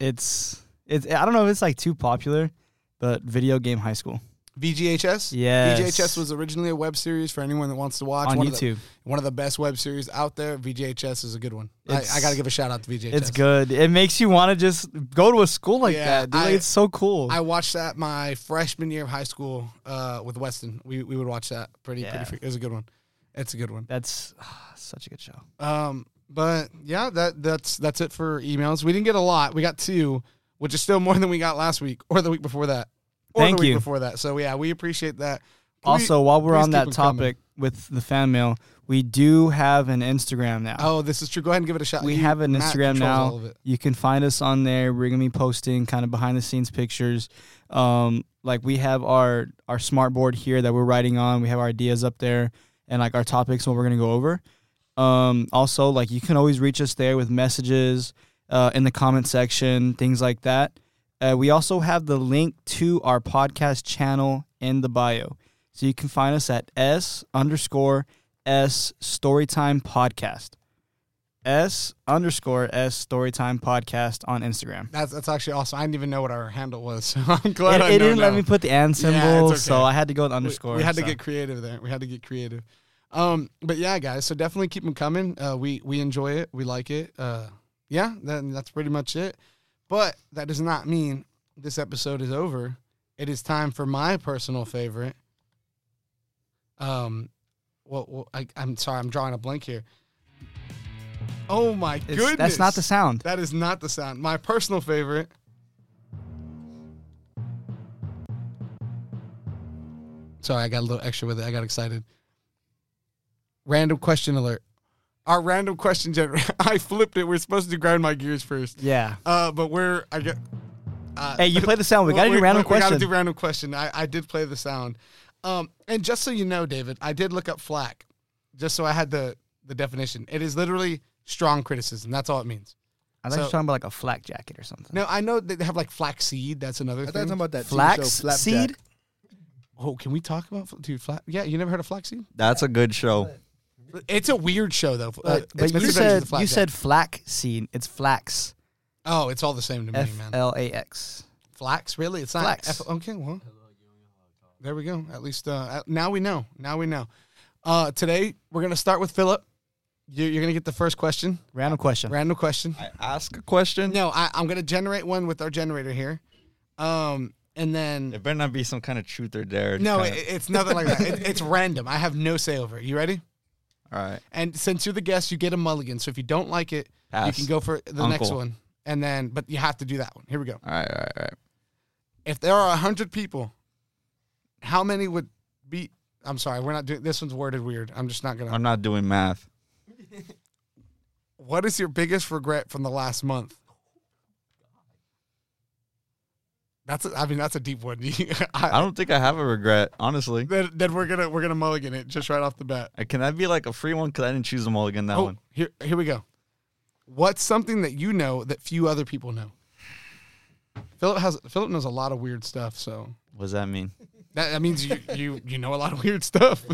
S2: It's it's. I don't know if it's like too popular, but video game high school.
S1: VGHS.
S2: Yes.
S1: VGHS was originally a web series for anyone that wants to watch
S2: on
S1: one Of the,
S2: YouTube.
S1: one of the best web series out there. VGHS is a good one. I,
S2: It's-
S1: I got to give a shout out to VGHS.
S2: It's good. It makes you want to just go to a school like
S1: Yeah,
S2: that. Dude, Like,
S1: I-
S2: it's so cool.
S1: I watched that my freshman year of high school uh, with Weston. We we would watch that pretty pretty.
S2: Yeah.
S1: Free. It was a good one. It's a good one.
S2: That's ah, such a good show.
S1: Um, but yeah, that that's that's it for emails. We didn't get a lot. We got two, which is still more than we got last week or the week before that. Or
S2: Thank
S1: the week
S2: you.
S1: before that. So yeah, we appreciate that. Please-
S2: also, while we're
S1: please
S2: on
S1: keep
S2: that
S1: them coming.
S2: topic with the fan mail, we do have an Instagram now.
S1: Oh, this is true. Go ahead and give it a shot.
S2: we
S1: You-
S2: have an
S1: Matt
S2: Instagram
S1: controls
S2: now.
S1: all of it.
S2: You can find us on there. We're gonna be posting kind of behind the scenes pictures. Um, like we have our our smart board here that we're writing on. We have our ideas up there and like our topics and what we're gonna go over. Um, also, like you can always reach us there with messages uh, in the comment section, things like that. Uh, we also have the link to our podcast channel in the bio, so you can find us at s underscore s Storytime Podcast. S underscore S Storytime Podcast on Instagram.
S1: That's that's actually awesome. I didn't even know what our handle was. So I'm
S2: It,
S1: glad I
S2: it
S1: know
S2: didn't let
S1: now.
S2: me put the and
S1: Yeah,
S2: symbol,
S1: it's okay.
S2: so I had to go with
S1: We-
S2: underscore.
S1: We, had to
S2: so.
S1: get creative there. We had to get creative. Um, but yeah, guys. So definitely keep them coming. Uh, we we enjoy it. We like it. Uh, yeah. Then that's pretty much it. But that does not mean this episode is over. It is time for my personal favorite. Um, well, well I, I'm sorry. I'm drawing a blank here. Oh my
S2: It's-
S1: goodness!
S2: That's not the sound.
S1: That is not the sound. My personal favorite. Sorry, I got a little extra with it. I got excited. Random question alert. Our random question generator. I flipped it. We're supposed to grind my gears first.
S2: Yeah.
S1: Uh, but we're I get. Uh,
S2: Hey, you play the sound. We gotta do random
S1: We gotta
S2: question.
S1: do random question. I, I did play the sound. Um, and just so you know, David, I did look up flack, just so I had the the definition. It is literally strong criticism. That's all it means.
S2: I thought you
S1: so-
S2: were talking about like a flak jacket or something.
S1: No, I know that they have like flax seed. That's another
S3: I thought you were
S1: thing.
S3: talking about that TV show,
S2: Flax
S3: Flapjack.
S2: seed?
S1: oh, can we talk about fl- dude flax? Yeah, you never heard of flax seed?
S4: That's a good show.
S1: It's a weird show though. Uh,
S2: But, but
S1: it's
S2: you
S1: Misadventures
S2: said
S1: of the
S2: you
S1: Flapjack.
S2: said flak seed. It's flax.
S1: oh, it's all the same to me,
S2: F
S1: man.
S2: L A X.
S1: Flax, really? It's not
S2: Flax.
S1: F- okay, well, there we go. At least uh, at- now we know. Now we know. Uh, today we're gonna start with Philip. You, you're gonna get the first question,
S2: Random question.
S1: random question.
S4: I ask a question.
S1: No, I, I'm gonna generate one with our generator here, um, and
S4: There
S1: then
S4: better not be some kind of truth or dare.
S1: no,
S4: kinda-
S1: it, it's nothing like that. It, it's random. I have no say over it. You ready?
S4: all right.
S1: And since you're the guest, you get a mulligan. So if you don't like it, you
S4: Pass.
S1: can go for the next
S4: Uncle.
S1: one, and then but you have to do that one. Here we go.
S4: All right, all right, all right.
S1: if there are 100 people, how many would be? I'm sorry, we're not doing this one's worded weird. I'm just not going
S4: I'm
S1: to.
S4: not doing math.
S1: What is your biggest regret from the last month? That's a, I mean that's a deep one.
S4: I
S1: I,
S4: don't think I have a regret, honestly.
S1: then, then we're gonna we're gonna mulligan it just right off the bat.
S4: Uh, Can that be like a free one? Because I didn't choose a mulligan that
S1: oh,
S4: one.
S1: here here we go. What's something that you know that few other people know? Philip has Philip knows a lot of weird stuff, so
S4: What does that mean?
S1: that, that means you, you you know a lot of weird stuff.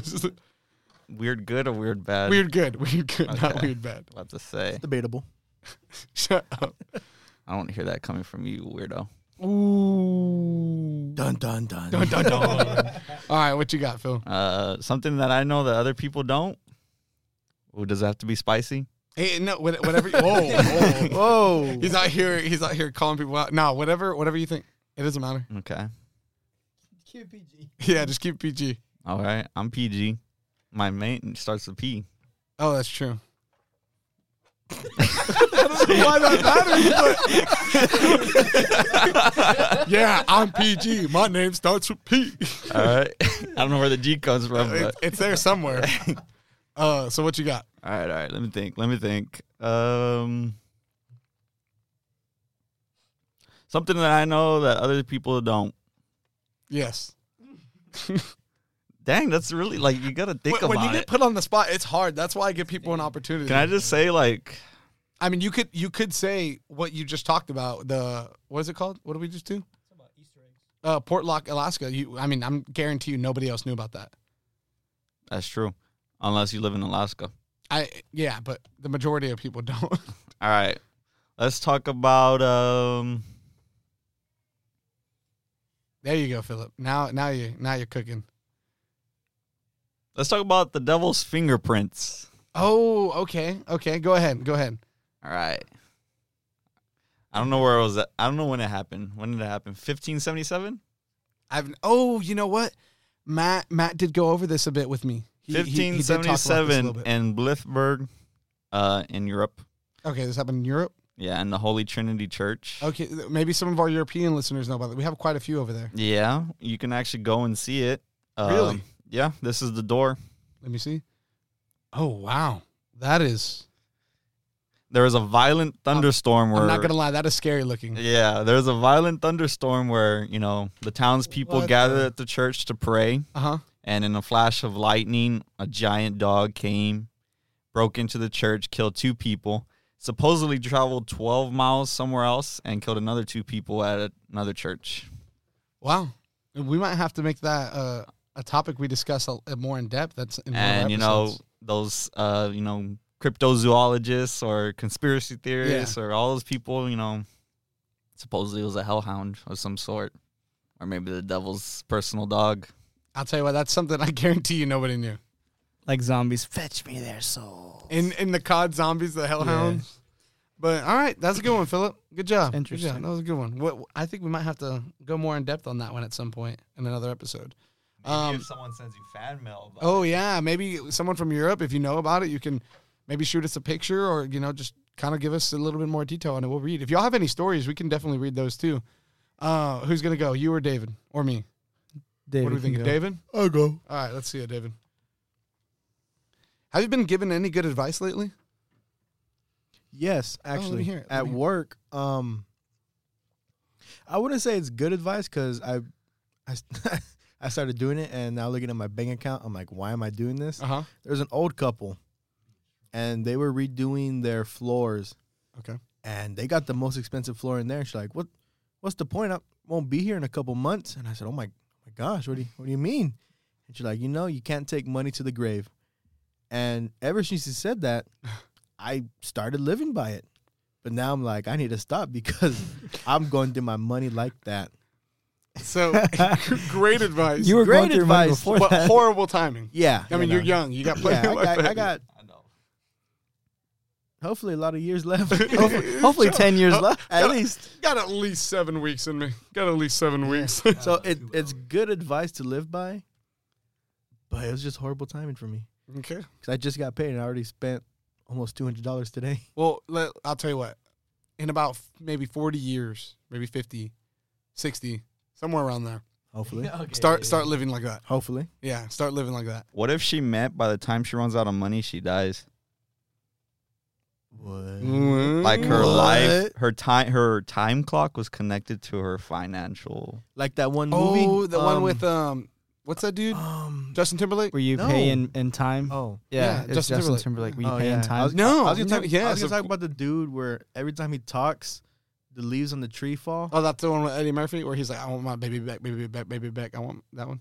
S4: weird good or weird bad?
S1: Weird good, weird good, not
S4: Okay.
S1: weird bad.
S4: About to say.
S3: Debatable.
S1: Shut up.
S4: I don't hear that coming from you, weirdo.
S1: Ooh.
S3: Dun dun dun.
S1: Dun, dun, dun. All right, what you got, Phil?
S4: Uh, something that I know that other people don't. Ooh, does it have to be spicy?
S1: Hey, no, what- whatever. Whoa, whoa.
S3: Whoa.
S1: He's out here. He's out here calling people out. No, whatever, whatever you think. It doesn't matter.
S4: Okay.
S5: QPG.
S1: Yeah, just keep PG.
S4: All right. I'm PG. My main starts with P.
S1: Oh, that's true.
S3: Why not matter?
S1: Yeah, I'm PG. My name starts with P.
S4: All right. I don't know where the G comes from,
S1: It-
S4: but
S1: it's there somewhere. Uh, so what you got?
S4: all right, all right. Let me think. Let me think. Um, something that I know that other people don't.
S1: Yes.
S4: Dang, that's really like you gotta think
S1: when when you
S4: about
S1: get
S4: it.
S1: put on the spot, it's hard. That's why I give people an opportunity.
S4: Can I just say like
S1: I mean, you could you could say what you just talked about. The what is it called? What did we just do? Uh, Portlock, Alaska. You, I mean, I'm guarantee you nobody else knew about that.
S4: that's true, unless you live in Alaska.
S1: I yeah, but the majority of people don't.
S4: All right, let's talk about um.
S1: there you go, Philip. Now now you now you're cooking.
S4: Let's talk about the devil's fingerprints.
S1: Oh, okay, okay. Go ahead, go ahead.
S4: All right. I don't know where it was. At. I don't know when it happened. When did it happen? 1577?
S1: I've oh, you know what? Matt Matt did go over this a bit with me. He- he- he did talk about this a little
S4: 1577
S1: bit.
S4: in Blithburg, uh, in Europe.
S1: Okay, this happened in Europe.
S4: Yeah, in the Holy Trinity Church.
S1: Okay, th- maybe some of our European listeners know about it. We have quite a few over there.
S4: Yeah, you can actually go and see it. Um,
S1: Really?
S4: Yeah, this is the door.
S1: Let me see. Oh wow, that is.
S4: There was a violent thunderstorm where.
S1: I'm not gonna lie, that is scary looking.
S4: Yeah, there was a violent thunderstorm where, you know, the townspeople
S1: What
S4: gathered
S1: the-
S4: at the church to pray.
S1: Uh huh.
S4: and in a flash of lightning, a giant dog came, broke into the church, killed two people, supposedly traveled 12 miles somewhere else, and killed another two people at another church.
S1: Wow. We might have to make that uh, a topic we discuss a, a more in depth. That's in one of our
S4: and, you know,
S1: episodes.
S4: those, uh, you know, cryptozoologists or conspiracy theorists or all those people, you know, supposedly it was a hellhound of some sort. Or maybe the devil's personal dog.
S1: I'll tell you what, that's something I guarantee you nobody knew.
S2: Like zombies, fetch me their soul.
S1: In in the COD zombies, the hellhounds. But all right, that's a good one, Philip. Good job. Good
S2: Interesting.
S1: job. That was a good one. What I think we might have to go more in depth on that one at some point in another episode. Um,
S4: someone sends you fan mail,
S1: Oh yeah, maybe someone from Europe. If you know about it, you can maybe shoot us a picture or you know just kind of give us a little bit more detail on it. We'll read. If y'all have any stories, we can definitely read those too. Uh, who's gonna go? You or David or me?
S2: David,
S1: what do we
S2: can
S1: think,
S2: go.
S1: David?
S3: I'll go.
S1: All right, let's see it, David. Have you been given any good advice lately?
S3: Yes,
S1: Oh, let me
S3: actually,
S1: hear it. Let
S3: at
S1: me hear it.
S3: work, um, I wouldn't say it's good advice because I, I, I started doing it, and now looking at my bank account, I'm like, why am I doing this?
S1: Uh huh.
S3: There's an old couple, and they were redoing their floors.
S1: Okay.
S3: And they got the most expensive floor in there. She's like, what? What's the point? I won't be here in a couple months. And I said, oh my, my gosh, what do you, what do you mean? And she's like, you know, you can't take money to the grave. And ever since she said that, I started living by it. But now I'm like, I need to stop because I'm going through my money like that.
S1: So great advice.
S2: You were
S3: Great
S2: going through mine
S3: advice.
S2: before
S1: but
S2: that.
S1: horrible timing.
S3: Yeah.
S1: I mean,
S3: you
S1: you're
S3: know.
S1: young. You got plenty
S3: Yeah,
S1: of
S3: I
S1: life
S3: got, I
S1: ahead.
S3: got
S4: I know.
S3: hopefully a lot of years left.
S2: hopefully, hopefully ten
S1: Oh.
S2: years left.
S3: At least.
S1: got at least seven weeks in me. Got at least seven weeks.
S3: So it, it's good advice to live by, but it was just horrible timing for me
S1: okay.
S3: because I just got paid and I already spent almost two hundred dollars today.
S1: Well, let, I'll tell you what. In about f- maybe 40 years, maybe 50, 60, somewhere around there.
S3: Hopefully,
S5: Okay.
S1: Start start living like that.
S3: hopefully,
S1: Yeah, start living like that.
S4: What if she meant by the time she runs out of money, she dies? Like her
S3: What?
S4: life, her time, her time clock was connected to her financial.
S3: like that one movie.
S1: Oh, the one
S3: um,
S1: with um what's that dude?
S3: um.
S1: Justin Timberlake?
S2: Were you
S3: No.
S2: paying in time?
S3: Oh,
S1: yeah,
S2: yeah,
S1: Justin
S2: it's Justin,
S1: Timberlake.
S2: Timberlake. Were you
S3: oh,
S2: paying
S3: yeah. I
S2: time?
S3: was,
S1: No,
S3: I was gonna
S1: no,
S3: talk,
S1: yeah,
S3: I was gonna
S1: so-
S3: talk about the dude where every time he talks, the leaves on the tree fall.
S1: Oh, that's the one with Eddie Murphy where he's like, I want my baby back, baby back, baby back. I want that one.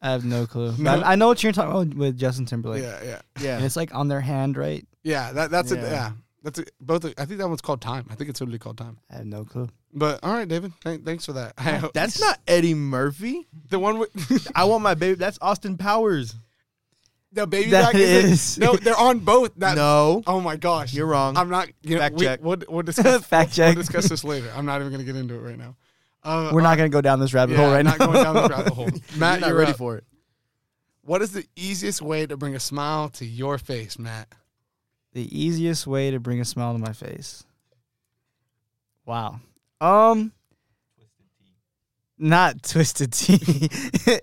S2: I have no clue.
S1: No.
S2: But I, I know what you're talking about with Justin Timberlake.
S1: yeah, yeah,
S2: And
S3: Yeah.
S2: it's like on their hand, right?
S1: yeah. That that's it.
S3: Yeah.
S1: Yeah, that's a, both. I think that one's called Time. I think it's totally called Time.
S2: I have no clue.
S1: But all right, David, th- thanks for that. I hope-
S3: That's not Eddie Murphy.
S1: the one with
S3: I want my baby. That's Austin Powers.
S1: the baby
S2: That
S1: back. Is
S2: is-
S1: it? No, they're on both. That,
S3: no,
S1: Oh my gosh,
S3: you're wrong.
S1: I'm not. You know,
S3: Fact
S1: we,
S3: check.
S1: We'll, we'll discuss.
S2: Fact
S1: We'll
S2: check.
S1: discuss this later. I'm not even going to get into it right now. Uh,
S2: We're not gonna go down this rabbit
S1: yeah,
S2: hole right
S1: not
S2: now.
S1: going down the rabbit hole. Matt,
S3: You're not
S1: you're
S3: ready
S1: up.
S3: for it.
S1: What is the easiest way to bring a smile to your face, Matt?
S2: the easiest way to bring a smile to my face. Wow. Um not twisted tea.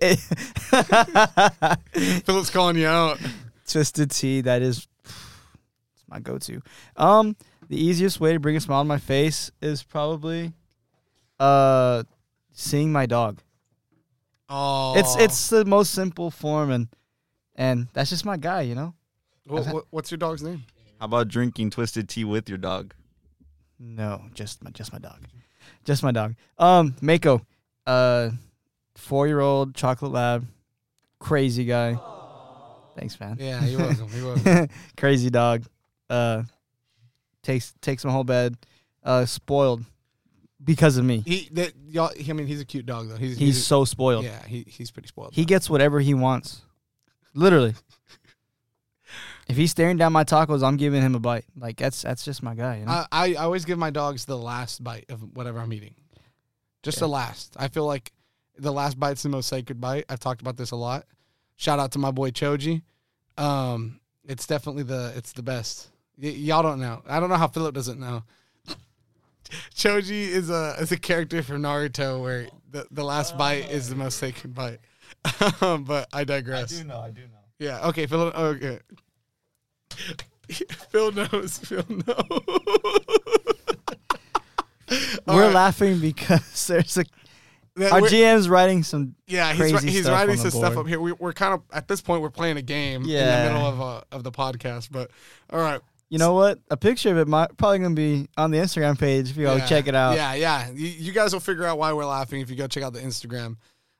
S1: Philip's calling you out.
S2: twisted tea that is it's my go-to. Um the easiest way to bring a smile to my face is probably uh seeing my dog.
S1: Oh,
S2: It's it's the most simple form and and that's just my guy, you know?
S1: Wha- wha- what's your dog's name?
S4: How about drinking twisted tea with your dog?
S2: No, just my just my dog, just my dog. Um, Mako, uh, four year old chocolate lab, crazy guy. Thanks, man.
S1: Yeah, you're welcome. You're welcome.
S2: crazy dog. Uh, takes takes my whole bed. Uh, spoiled because of me.
S1: He, that, y'all. I mean, he's a cute dog though. He's
S2: He's so spoiled.
S1: yeah, he, he's pretty spoiled.
S2: He gets whatever he wants, literally. if he's staring down my tacos, I'm giving him a bite. Like that's that's just my guy. You know?
S1: I, I I always give my dogs the last bite of whatever I'm eating. Just the last. I feel like the last bite's the most sacred bite. I've talked about this a lot. Shout out to my boy Choji. Um, it's definitely the it's the best. Y- y'all don't know. I don't know how Philip doesn't know. Choji is a is a character from Naruto where the, the last bite is the most sacred bite. but I digress.
S4: know, I do know.
S1: Yeah. Okay. Phil. Okay. Phil knows. Phil knows.
S2: We're
S1: Alright.
S2: laughing because there's a
S1: That
S2: Our
S1: we're-
S2: GM's writing some.
S1: yeah, he's, ri-
S2: crazy
S1: he's
S2: stuff
S1: writing
S2: on the
S1: some stuff
S2: board.
S1: up here. We, we're kind of at this point we're playing a game in
S2: Yeah.
S1: the middle of uh, of the podcast. But all right,
S2: You know what? A picture of it might probably gonna be on the Instagram page if you go
S1: Yeah.
S2: check it out.
S1: Yeah, yeah. You, you guys will figure out why we're laughing if you go check out the Instagram.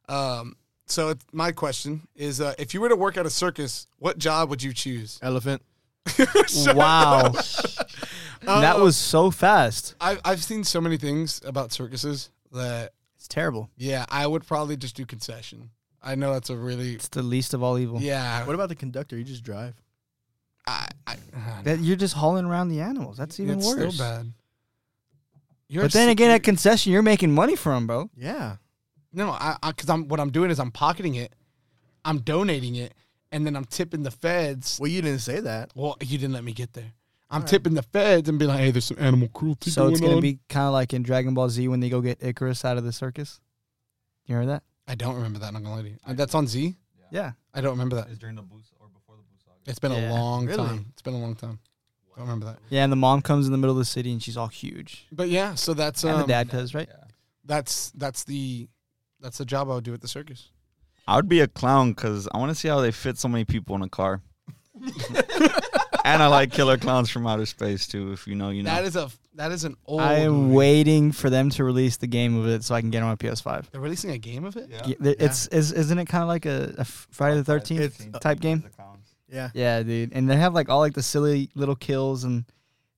S1: Um, so it's, my question is, uh, if you were to work at a circus, what job would you choose?
S3: Elephant.
S2: Wow, that
S1: Um,
S2: was so fast.
S1: I've I've seen so many things about circuses that
S2: It's terrible.
S1: Yeah, I would probably just do concession. I know that's a really
S2: It's the least of all evil.
S1: yeah.
S3: What about the conductor? You just drive.
S1: I, I, I-
S2: That you're just hauling around the animals. That's even
S1: it's
S2: worse.
S1: Still bad. You're
S2: But then
S1: s-
S2: again, at concession, you're making money from, bro.
S3: Yeah.
S1: no, I because I'm what I'm doing is I'm pocketing it, I'm donating it, and then I'm tipping the feds.
S3: Well, you didn't say that.
S1: Well, you didn't let me get there. I'm tipping the feds and be like, hey, there's some animal cruelty
S2: So
S1: going
S2: it's gonna
S1: on.
S2: be kind of like in Dragon Ball Z when they go get Icarus out of the circus. You heard that?
S1: I don't remember that. I'm not gonna lie to you. Uh, That's on Z.
S2: Yeah.
S1: I don't remember that.
S4: Is during the boost or before the boost saga?
S1: It's been a
S2: Yeah.
S1: long
S3: Really?
S1: time. It's been a long time. Don't remember that.
S2: Yeah, and the mom comes in the middle of the city and she's all huge,
S1: But yeah, so that's
S2: and the
S1: um,
S2: dad does right.
S1: that's that's the that's the job I would do at the circus.
S4: I would be a clown because I want to see how they fit so many people in a car. and I like killer clowns from outer space too. If you know, you know.
S1: That is a that is an old.
S2: I am
S1: movie.
S2: waiting for them to release the game of it so I can get it on my PS5.
S1: They're releasing a game of it.
S4: Yeah.
S2: Yeah, th- It's is isn't it kind of like a, a f- Friday the Thirteenth
S3: It's-
S2: type game?
S3: Yeah.
S2: Yeah, dude. And they have like all like the silly little kills and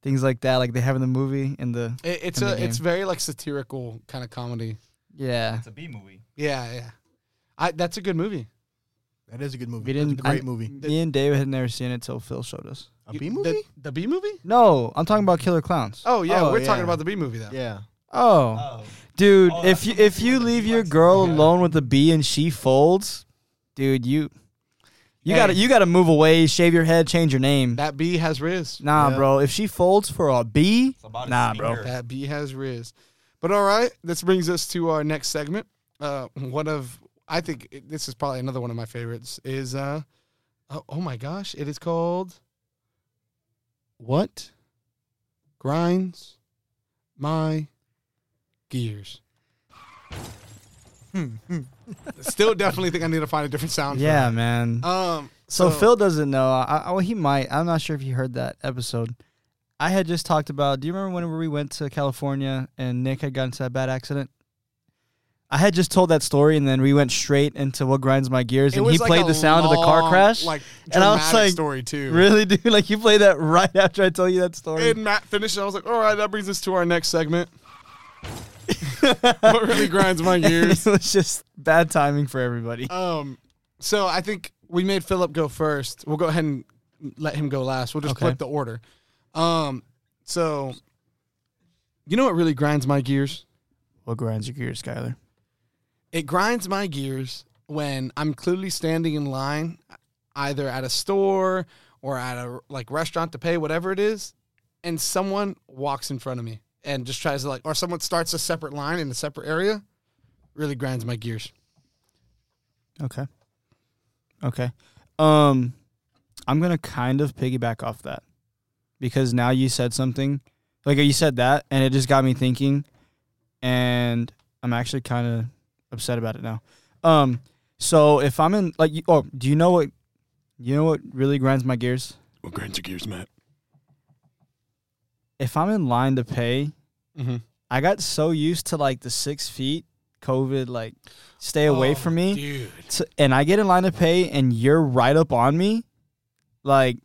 S2: things like that, like they have in the movie and the
S1: It, it's
S2: In
S1: a
S2: the game.
S1: it's very like satirical kind of comedy.
S2: yeah.
S4: a B movie.
S1: Yeah, yeah. I that's a good movie.
S3: That is a good
S2: We
S3: movie. That's
S2: didn't-
S3: a great
S2: I-
S3: movie.
S2: Me and David had never seen it till Phil showed us.
S3: A
S1: You-
S3: B movie?
S1: The, the B movie?
S2: No, I'm talking about Killer Clowns.
S1: Oh yeah,
S3: Oh,
S1: we're talking
S3: yeah.
S1: about the B movie though.
S3: yeah.
S2: Oh,
S4: Oh,
S2: dude,
S4: Oh,
S2: if
S4: that's
S2: you
S4: the
S2: if
S4: movie
S2: you
S4: that
S2: leave
S4: he
S2: your
S4: likes.
S2: girl
S1: Yeah.
S2: alone with a bee and she folds, dude, you you gotta
S1: Hey.
S2: you gotta move away, shave your head, change your name.
S1: That B has Riz.
S2: nah,
S3: Yeah.
S2: bro. If she folds for a bee,
S4: it's about
S2: Nah, bro.
S1: That B has Riz. But all right, this brings us to our next segment. Uh, one of I think it- this is probably another one of my favorites is uh, oh, oh my gosh, it is called what grinds my gears. Hmm, Still, definitely think I need to find a different sound. for
S2: yeah, man.
S1: that. Um.
S2: So,
S1: So,
S2: Phil doesn't know. I, I, well, he might. I'm not sure if he heard that episode. I had just talked about. Do you remember when we went to California and Nick had gotten into that bad accident? I had just told that story, and then we went straight into what grinds my gears,
S1: It
S2: and
S1: was
S2: he
S1: like
S2: played
S1: a
S2: the sound of the car
S1: long,
S2: crash.
S1: Like,
S2: and I was
S1: dramatic
S2: like,
S1: story too.
S2: really, dude? Like you played that right after I told you that story.
S1: And Matt finished. it. I was like, all right, that brings us to our next segment. what really grinds my
S2: And
S1: gears.
S2: it was just bad timing for everybody.
S1: Um, so I think we made Philip go first. We'll go ahead and let him go last. We'll just
S2: Okay.
S1: flip the order. Um, so you know what really grinds my gears?
S2: What grinds your gears, Skyler?
S1: It grinds my gears when I'm clearly standing in line, either at a store or at a like restaurant to pay whatever it is, and someone walks in front of me and just tries to like, or someone starts a separate line in a separate area. Really grinds my gears.
S2: Okay. Okay. Um I'm going to kind of piggyback off that because now you said something like you said that and it just got me thinking and I'm actually kind of upset about it now. Um so if I'm in like you- oh do you know what you know what really grinds my gears?
S1: What grinds your gears, Matt?
S2: If I'm in line to pay,
S1: Mm-hmm.
S2: I got so used to like the 6 feet COVID like stay away
S1: Oh,
S2: from me.
S1: dude.
S2: t- and I get in line to pay and you're right up on me, like,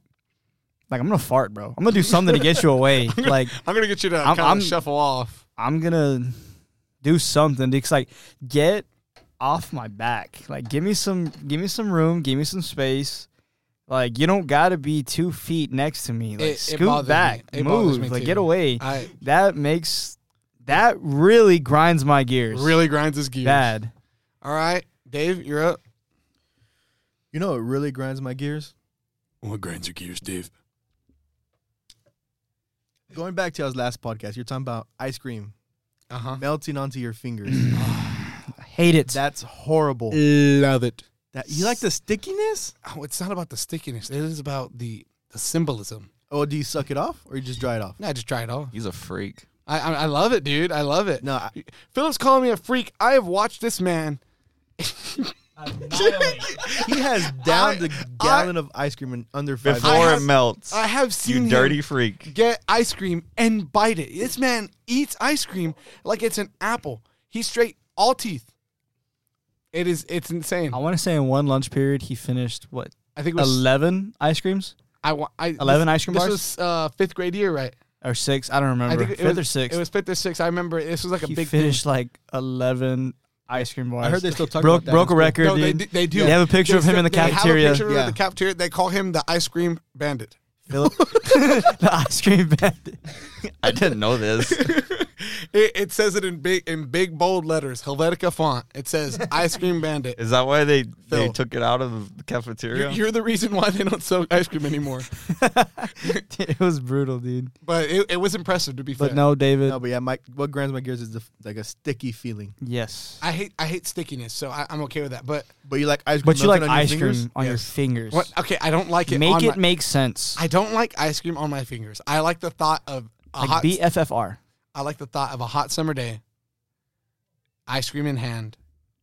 S2: like I'm gonna fart, bro. I'm gonna do something to get you away. Like
S1: I'm gonna get you to
S2: I'm-
S1: kind
S2: I'm-
S1: of shuffle off.
S2: I'm gonna do something. It's like get off my back. Like give me some, give me some room, give me some space. Like you don't gotta be two feet next to me. Like
S1: It- it bothers
S2: scoot
S1: me.
S2: back,
S1: It bothers
S2: move,
S1: me
S2: like
S1: too.
S2: get away.
S1: I
S2: that makes that really grinds my gears.
S1: really grinds his gears.
S2: bad.
S1: All right, Dave, you're up.
S3: You know, it really grinds my gears.
S1: What grinds your gears, Dave?
S3: Going back to our last podcast, you're talking about ice cream
S1: Uh
S2: Uh-huh.
S1: huh.
S3: melting onto your fingers.
S2: I hate it.
S3: That's horrible.
S1: Love it.
S3: That you like the stickiness?
S1: Oh, it's not about the stickiness. It is about the the symbolism.
S3: Oh, do you suck it off or you just dry it off?
S1: No, I just try it all.
S4: He's a freak.
S1: I, I I love it, dude. I love it.
S3: No, I,
S1: Philip's calling me a freak. I have watched this man.
S3: he has downed
S1: I-
S3: a gallon of ice cream in under five
S4: Before
S1: I
S3: minutes.
S1: have-
S4: it melts,
S1: I have seen
S4: you
S1: him
S4: dirty freak.
S1: get ice cream and bite it. This man eats ice cream like it's an apple. He's straight all teeth. It is. It's insane.
S2: I want to say in one lunch period he finished what
S1: I think it was
S2: eleven ice creams
S1: I, wa- I
S2: 11
S1: this-
S2: ice cream
S1: this
S2: bars?
S1: was uh, fifth grade year, right?
S2: or six. I don't remember.
S1: I think it
S2: Fifth
S1: was,
S2: or sixth.
S1: It was fifth or sixth. I remember it. this was like a
S2: he
S1: big
S2: finished like eleven ice cream bars.
S3: I heard they still talk
S2: broke
S3: about that.
S2: broke a
S1: Thing.
S3: in
S2: record.
S1: No, they,
S2: dude.
S1: d- they do.
S2: They have a picture of him
S1: still-
S2: in the
S1: they have a
S2: cafeteria.
S1: picture of him in
S3: Yeah.
S1: the cafeteria. They call him the ice cream bandit.
S2: Philip- the ice cream bandit.
S4: I didn't know this.
S1: It, it says it in big in big bold letters, Helvetica font. It says ice cream bandit.
S4: Is that why they they
S1: Phil.
S4: took it out of the
S1: You're,
S4: cafeteria?
S1: you're the reason why they don't sell ice cream anymore.
S2: Dude, it was brutal, dude.
S1: But it, it was impressive to be fair.
S2: But no, David.
S3: school. No, but yeah, my, what grinds my gears is the, f- like a sticky feeling.
S2: Yes,
S1: I hate I hate stickiness, so I, I'm okay with that. But
S3: But you like ice cream
S2: but you like
S3: melting on your
S2: ice
S3: fingers?
S2: cream on your
S1: Yes.
S2: fingers.
S1: what? Okay, I don't like it.
S2: Make
S1: on
S2: it
S1: my-
S2: make sense.
S1: I don't like ice cream on my fingers. I like the thought of a
S2: like
S1: hot
S2: BFFR.
S1: I like the thought of a hot summer day, ice cream in hand.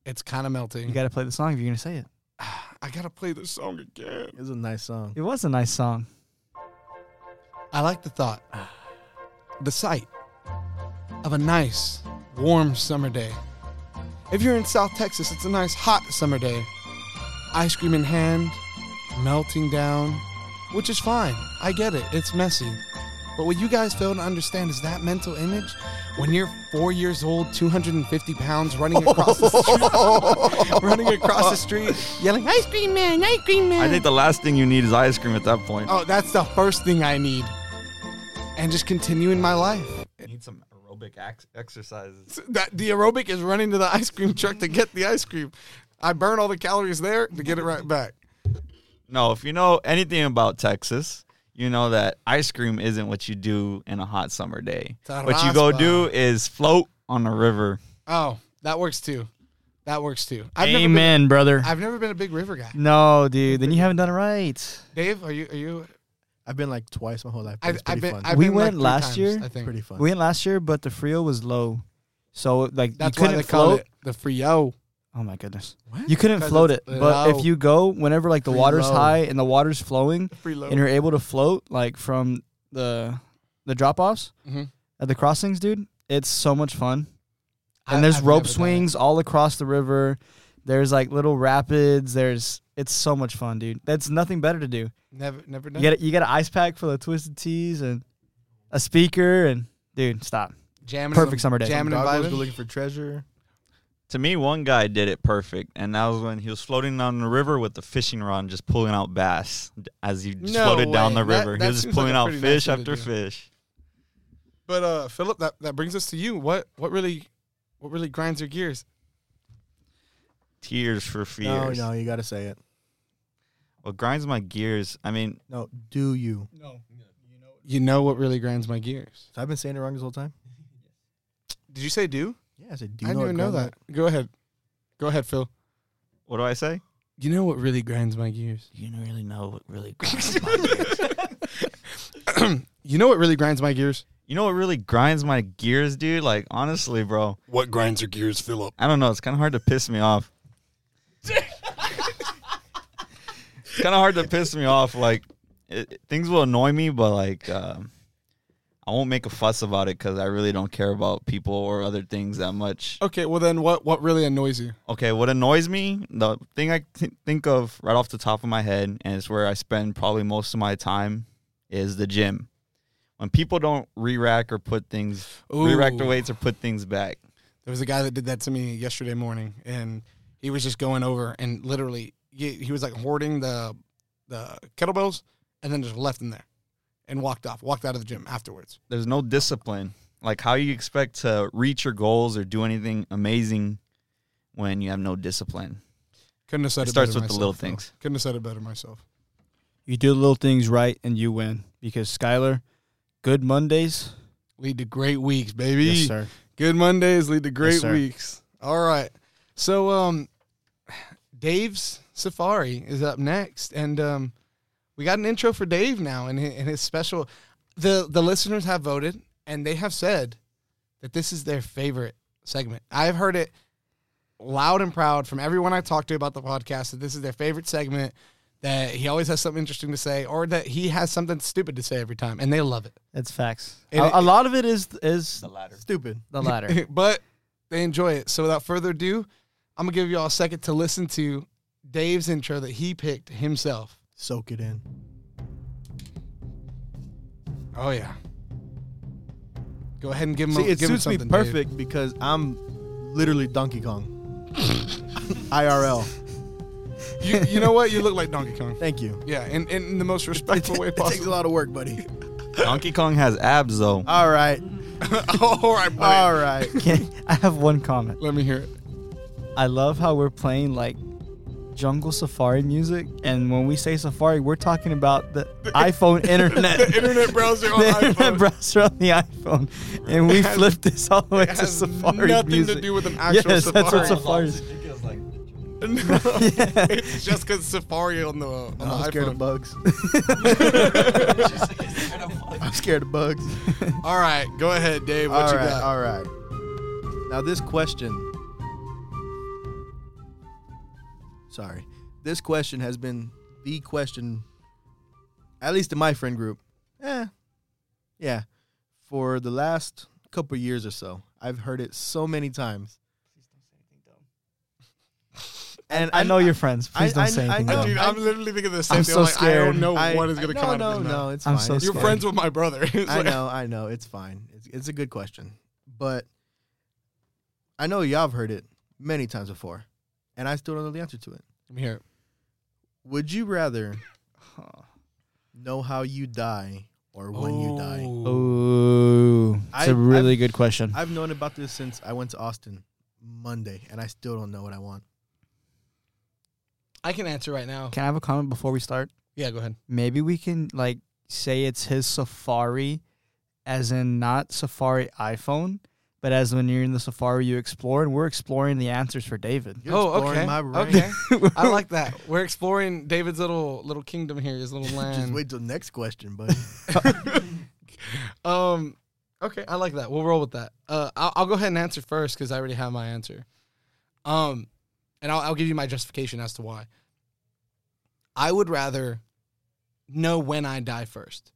S1: It's kind of melting.
S2: You got to play the song if you're gonna say it.
S1: I gotta play this song again.
S3: It's a nice song.
S2: It was a nice song.
S1: I like the thought, the sight of a nice, warm summer day. If you're in South Texas, it's a nice, hot summer day. Ice cream in hand, melting down, which is fine. I get it, it's messy. But what you guys fail to understand is that mental image when you're four years old, 250 pounds, running across the street, running across the street, yelling, Ice cream man, ice cream man.
S4: I think the last thing you need is ice cream at that point.
S1: Oh, that's the first thing I need. And just continuing my life.
S4: I need some aerobic ex- exercises.
S1: So That the aerobic is running to the ice cream truck to get the ice cream. I burn all the calories there to get it right back.
S4: No, if you know anything about Texas, you know that ice cream isn't what you do in a hot summer day. What you go
S1: Taraspa.
S4: do is float on a river.
S1: Oh, that works too. That works too. I've Never
S2: Amen, brother.
S1: been, I've never been a big river guy.
S2: no, dude. Then you haven't done it right.
S1: Dave, are you? Are you?
S3: I've been like twice my whole life.
S1: I,
S3: But it's pretty
S1: I've been.
S3: fun.
S1: I've
S2: We
S1: been
S2: went
S1: like three
S2: last
S1: times,
S2: year.
S1: I think
S3: pretty fun.
S2: We went last year, but the Frio was low, so like
S1: that's
S2: you
S1: why
S2: couldn't
S1: they call
S2: float.
S1: it the Frio.
S2: Oh my goodness.
S3: What?
S2: You couldn't
S1: 'Cause
S2: float it.
S1: it's
S2: But
S1: low.
S2: if you go whenever like the
S3: Free
S2: water's
S3: low.
S2: high and the water's flowing
S1: Freeload.
S2: and you're able to float like from the the drop offs
S1: Mhm.
S2: at the crossings, dude, it's so much fun. and
S1: I-
S2: there's
S1: I've never
S2: rope
S1: done it.
S2: swings all across the river. There's like little rapids. There's it's so much fun, dude. That's nothing better to do.
S1: Never, never done.
S2: You get a- you get an ice pack full of twisted teas and a speaker and dude, stop.
S1: jamming.
S2: perfect
S1: some-
S2: summer day.
S1: Jamming and
S3: Goggles go
S1: vibing.
S3: looking for treasure.
S4: To me, one guy did it perfect, and that was when he was floating down the river with the fishing rod, and just pulling out bass as he just
S1: No
S4: floated down
S1: way.
S4: the
S1: That-
S4: river.
S1: that
S4: he was
S1: seems
S4: just
S1: like
S4: pulling
S1: a
S4: out
S1: pretty nice
S4: fish
S1: thing to
S4: after
S1: do.
S4: fish.
S1: But uh, Philip, that, that brings us to you. What what really what really grinds your gears?
S4: Tears for fears.
S3: No, no, you gotta say it.
S4: What grinds my gears? I mean,
S3: No, do you?
S1: No, you know what really grinds my gears.
S3: So I've been saying it wrong this whole time.
S1: Did you say do?
S3: Yeah, I said, do you
S1: I
S3: know?
S1: didn't even know that. Go ahead, go ahead, Phil.
S4: what do I say?
S1: You know what really grinds my gears?
S4: You don't really know what really.
S1: you know what really grinds my gears?
S4: you know what really grinds my gears, dude? Like honestly, bro.
S1: What grinds your gears, Philip?
S4: I don't know. It's kind of hard to piss me off. it's kind of hard to piss me off. Like it, it- things will annoy me, but like um I won't make a fuss about it because I really don't care about people or other things that much.
S1: Okay, well then, what what really annoys you?
S4: Okay, what annoys me, the thing I th- think of right off the top of my head, and it's where I spend probably most of my time, is the gym. When people don't re-rack or put things, re-rack the
S1: Ooh.
S4: weights or put things back.
S1: There was a guy that did that to me yesterday morning, and he was just going over and literally he, he was like hoarding the the kettlebells and then just left them there and walked off, walked out of the gym afterwards.
S4: there's no discipline. Like how you expect to reach your goals or do anything amazing when you have no discipline.
S1: Couldn't have said
S4: It
S1: it.
S4: starts
S1: better
S4: with the
S1: myself,
S4: little
S1: though.
S4: things.
S1: Couldn't have said it better myself.
S2: You do little things right and you win because Skylar, good Mondays.
S1: Lead to great weeks, baby.
S2: Yes, sir.
S1: Good Mondays lead to great
S2: sir.
S1: weeks. All right. So um Dave's Safari is up next and um we got an intro for Dave now and his, and his special the the listeners have voted and they have said that this is their favorite segment. I've heard it loud and proud from everyone I talked to about the podcast that this is their favorite segment that he always has something interesting to say or that he has something stupid to say every time and they love it.
S2: That's facts.
S1: And
S2: a,
S1: it-
S2: a lot of it is is
S4: latter.
S3: Stupid.
S2: the latter.
S1: but they enjoy it. So without further ado, I'm gonna give you all a second to listen to Dave's intro that he picked himself.
S3: Soak it in.
S1: Oh yeah. Go ahead and give him.
S3: See,
S1: a,
S3: it
S1: give him
S3: suits me
S1: something, Dave.
S3: perfect because I'm literally Donkey Kong. IRL.
S1: You, you know what? You look like Donkey Kong.
S3: Thank you.
S1: Yeah, in, in, in the most
S3: It,
S1: respectful way
S3: takes a
S1: possible.
S3: lot of work, buddy.
S4: Donkey Kong has abs though.
S3: All right.
S1: all right, buddy.
S3: All right.
S2: Can- I have one comment.
S1: Let me hear it.
S2: I love how we're playing like jungle safari music, and when we say safari, we're talking about the iPhone internet.
S1: The internet browser on
S2: The internet
S1: iPhone.
S2: browser on the iPhone, and we
S1: has-
S2: flipped this all the way to
S1: has
S2: Safari
S1: nothing to
S2: music.
S1: do with an actual
S2: yes, that's what
S1: Safari.
S2: Safari. is.
S1: It's just because Safari on the on the
S3: I'm scared of
S1: iPhone.
S3: bugs. I'm scared of bugs.
S1: All right, go ahead, Dave. What
S3: all
S1: you
S3: right.
S1: got?
S3: All right. Now this question. Sorry. This question has been the question, at least in my friend group. Eh. Yeah. For the last couple years or so, I've heard it so many times. And
S2: I know your friends. Please
S3: I-
S2: don't say
S3: I-
S2: anything.
S3: I-
S2: dumb.
S1: Dude, I'm literally thinking the same
S2: I'm
S1: thing.
S2: so
S1: I'm like, I
S2: scared.
S1: don't know
S3: I-
S1: what is gonna
S3: no,
S1: come out
S3: No,
S1: of his mouth.
S3: no, it's
S2: I'm
S3: fine.
S2: so
S3: it's
S1: You're
S2: Sorry.
S1: friends with my brother. It's
S3: I
S1: like-
S3: know, I know. It's fine. It's, it's a good question. But I know y'all have heard it many times before, and I still don't know the answer to it.
S1: Let me hear it.
S3: Would you rather know how you die or when you
S1: Oh.
S3: die?
S2: Ooh, it's
S3: I-
S2: a really
S3: I've-
S2: good question.
S3: I've known about this since I went to Austin Monday, and I still don't know what I want.
S1: I can answer right now.
S2: Can I have a comment before we start?
S1: Yeah, go ahead.
S2: Maybe we can like say it's his Safari, as in not Safari iPhone, but as when you're in the Safari you explore, and we're exploring the answers for David.
S3: You're exploring my brain.
S1: Oh, Okay. I like that. We're exploring David's little little kingdom here, his little
S3: Just
S1: land.
S3: wait till next question, buddy.
S1: Um, okay, I like that. We'll roll with that. Uh, I'll, I'll go ahead and answer first because I already have my answer. Um, and I'll, I'll give you my justification as to why. I would rather know when I die first,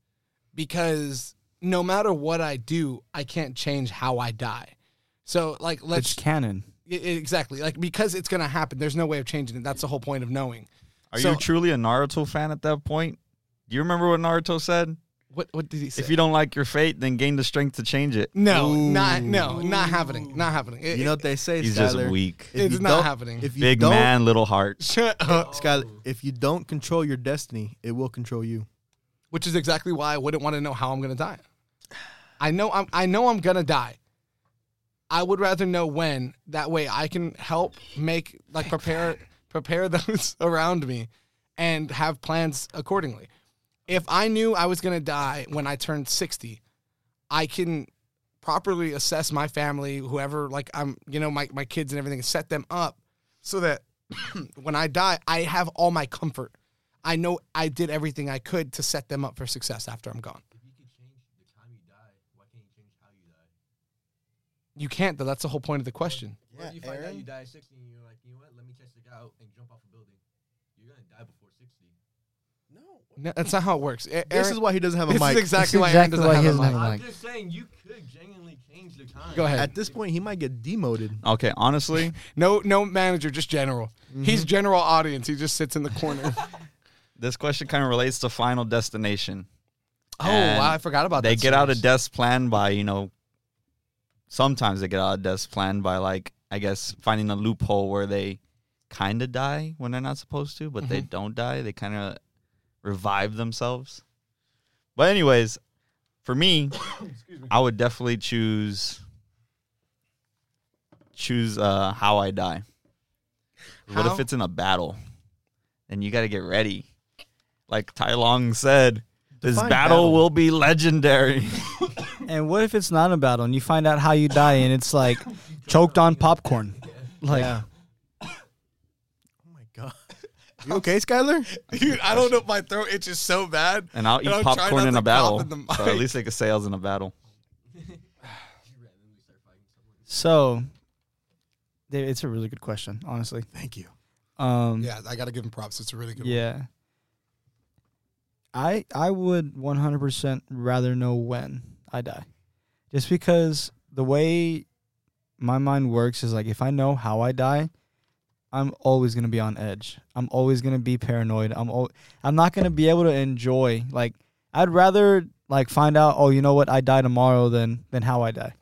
S1: because no matter what I do, I can't change how I die. So like let's
S2: It's canon.
S1: I- I- exactly like because it's gonna happen. There's no way of changing it. That's the whole point of knowing.
S4: Are
S1: So-
S4: you truly a Naruto fan at that point? Do you remember what Naruto said?
S1: What what did he say?
S4: If you don't like your fate, then gain the strength to change it.
S1: no, not no, not happening, not happening. It-
S3: You know
S1: it-
S3: what they say,
S4: He's
S3: Skylar?
S4: just weak.
S3: If
S1: It's
S3: you
S1: not
S3: don't-
S1: happening.
S3: If you
S4: Big
S3: don't,
S4: man, little heart.
S1: shut up.
S3: Skylar, if you don't control your destiny, it will control you.
S1: Which is exactly why I wouldn't want to know how I'm gonna die. I know I'm I know I'm gonna die. I would rather know when. That way I can help make like prepare prepare those around me and have plans accordingly. If I knew I was gonna die when I turned sixty, I can properly assess my family, whoever like I'm you know, my, my kids and everything, and set them up so that when I die, I have all my comfort. I know I did everything I could to set them up for success after I'm gone.
S5: If you could change the time you die, why can't you change how you die?
S1: You can't though. That's the whole point of the question.
S5: What if you find out you die at 60 and you're like, you know what, let me test it out and jump off a building? You're gonna die before 60.
S1: No, that's not how it works. A-
S3: This
S1: Aaron-
S3: is why he doesn't have a
S1: this
S3: mic.
S1: is exactly
S7: This is
S1: why Aaron
S7: exactly
S1: doesn't
S7: why
S1: have
S7: he
S1: a
S7: doesn't
S1: mic.
S7: have
S5: I'm
S7: like-
S5: just saying, you could genuinely change the time.
S1: Go ahead.
S3: At this point, he might get demoted.
S4: Okay, honestly,
S1: No, no manager, just general. He's general audience. He just sits in the corner. oh,
S4: this question kind of relates to Final Destination.
S3: Oh,
S4: And
S1: wow, I forgot
S2: Oh,
S1: about that.
S4: They get out of
S1: series.
S4: death's plan by, you know, sometimes they get out of death's plan by, like, I guess finding a loophole where they kind of die when they're not supposed to, but they don't die. They kind of revive themselves. But, anyways, for me, I would definitely choose choose uh, how I die. What
S1: How?
S4: if it's in a battle? And you got to get ready. Like Tai Long said, this
S3: Define
S4: battle,
S3: battle.
S4: will be legendary.
S2: And what if it's not a battle and you find out how you die and it's like choked on popcorn? Like
S3: Oh my god. You okay, Skylar?
S1: Dude, I don't know. My throat itches so bad.
S4: and I'll eat
S1: I'm trying
S4: popcorn
S1: not
S4: in
S1: to
S4: a battle.
S1: cough in the
S4: so
S1: mic.
S4: at least they could say I was in a battle.
S2: so Dave, it's a really good question, honestly.
S3: Thank you.
S2: Um
S1: Yeah, I gotta give him props. It's a really good.
S2: yeah. I I would 100% rather know when I die. Just because the way my mind works is like if I know how I die, I'm always going to be on edge. I'm always going to be paranoid. I'm al- I'm not going to be able to enjoy like I'd rather like find out oh you know what I die tomorrow than than how I die.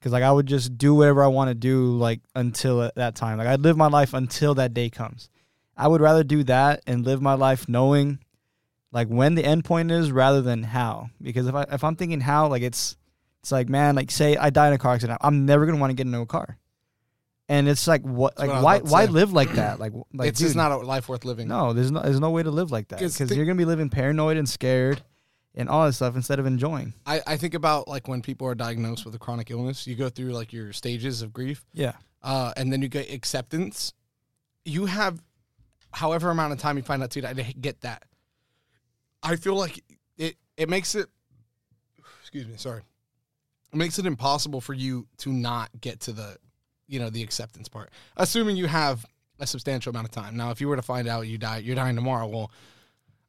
S2: Cuz like I would just do whatever I want to do like until at that time. Like I'd live my life until that day comes. I would rather do that and live my life knowing like when the end point is rather than how. Because if I if I'm thinking how, like it's it's like man, like say I die in a car accident, I'm never gonna want to get into a car. And it's like what
S1: That's
S2: like
S1: what I was about
S2: why
S1: to
S2: why
S1: say.
S2: live like that? Like w- like
S1: it's just
S2: dude,
S1: not a life worth living.
S2: no, there's no there's no way to live like that
S1: 'Cause
S2: because
S1: thi-
S2: you're gonna be living paranoid and scared and all that stuff instead of enjoying.
S1: I, I think about like when people are diagnosed with a chronic illness, you go through like your stages of grief.
S2: Yeah,
S1: uh, and then you get acceptance. You have however amount of time you find out, dude, I didn't get that. I feel like it it makes it excuse me, sorry. It makes it impossible for you to not get to the you know, the acceptance part. Assuming you have a substantial amount of time. Now if you were to find out you die you're dying tomorrow, well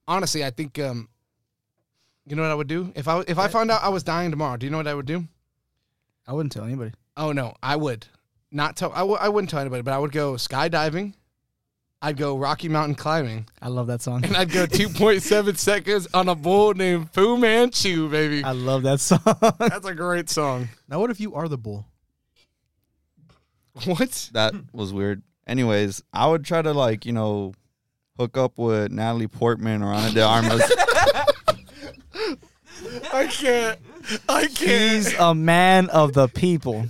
S1: honestly I think um you know what I would do? If I if I found out I was dying tomorrow, do you know what I would do?
S2: I wouldn't tell anybody.
S1: Oh no, I would not tell. I w- I wouldn't tell anybody, but I would go skydiving. I'd go Rocky Mountain climbing,
S2: I love that song.
S1: and I'd go 2.7 seconds on a bull named Fu Manchu, baby.
S2: I love that song.
S1: That's a great song.
S3: Now what if you are the bull?
S1: What?
S4: That was weird. Anyways, I would try to like you know hook up with Natalie Portman or Ana de Armas.
S1: I can't. I can't.
S2: He's a man of the people.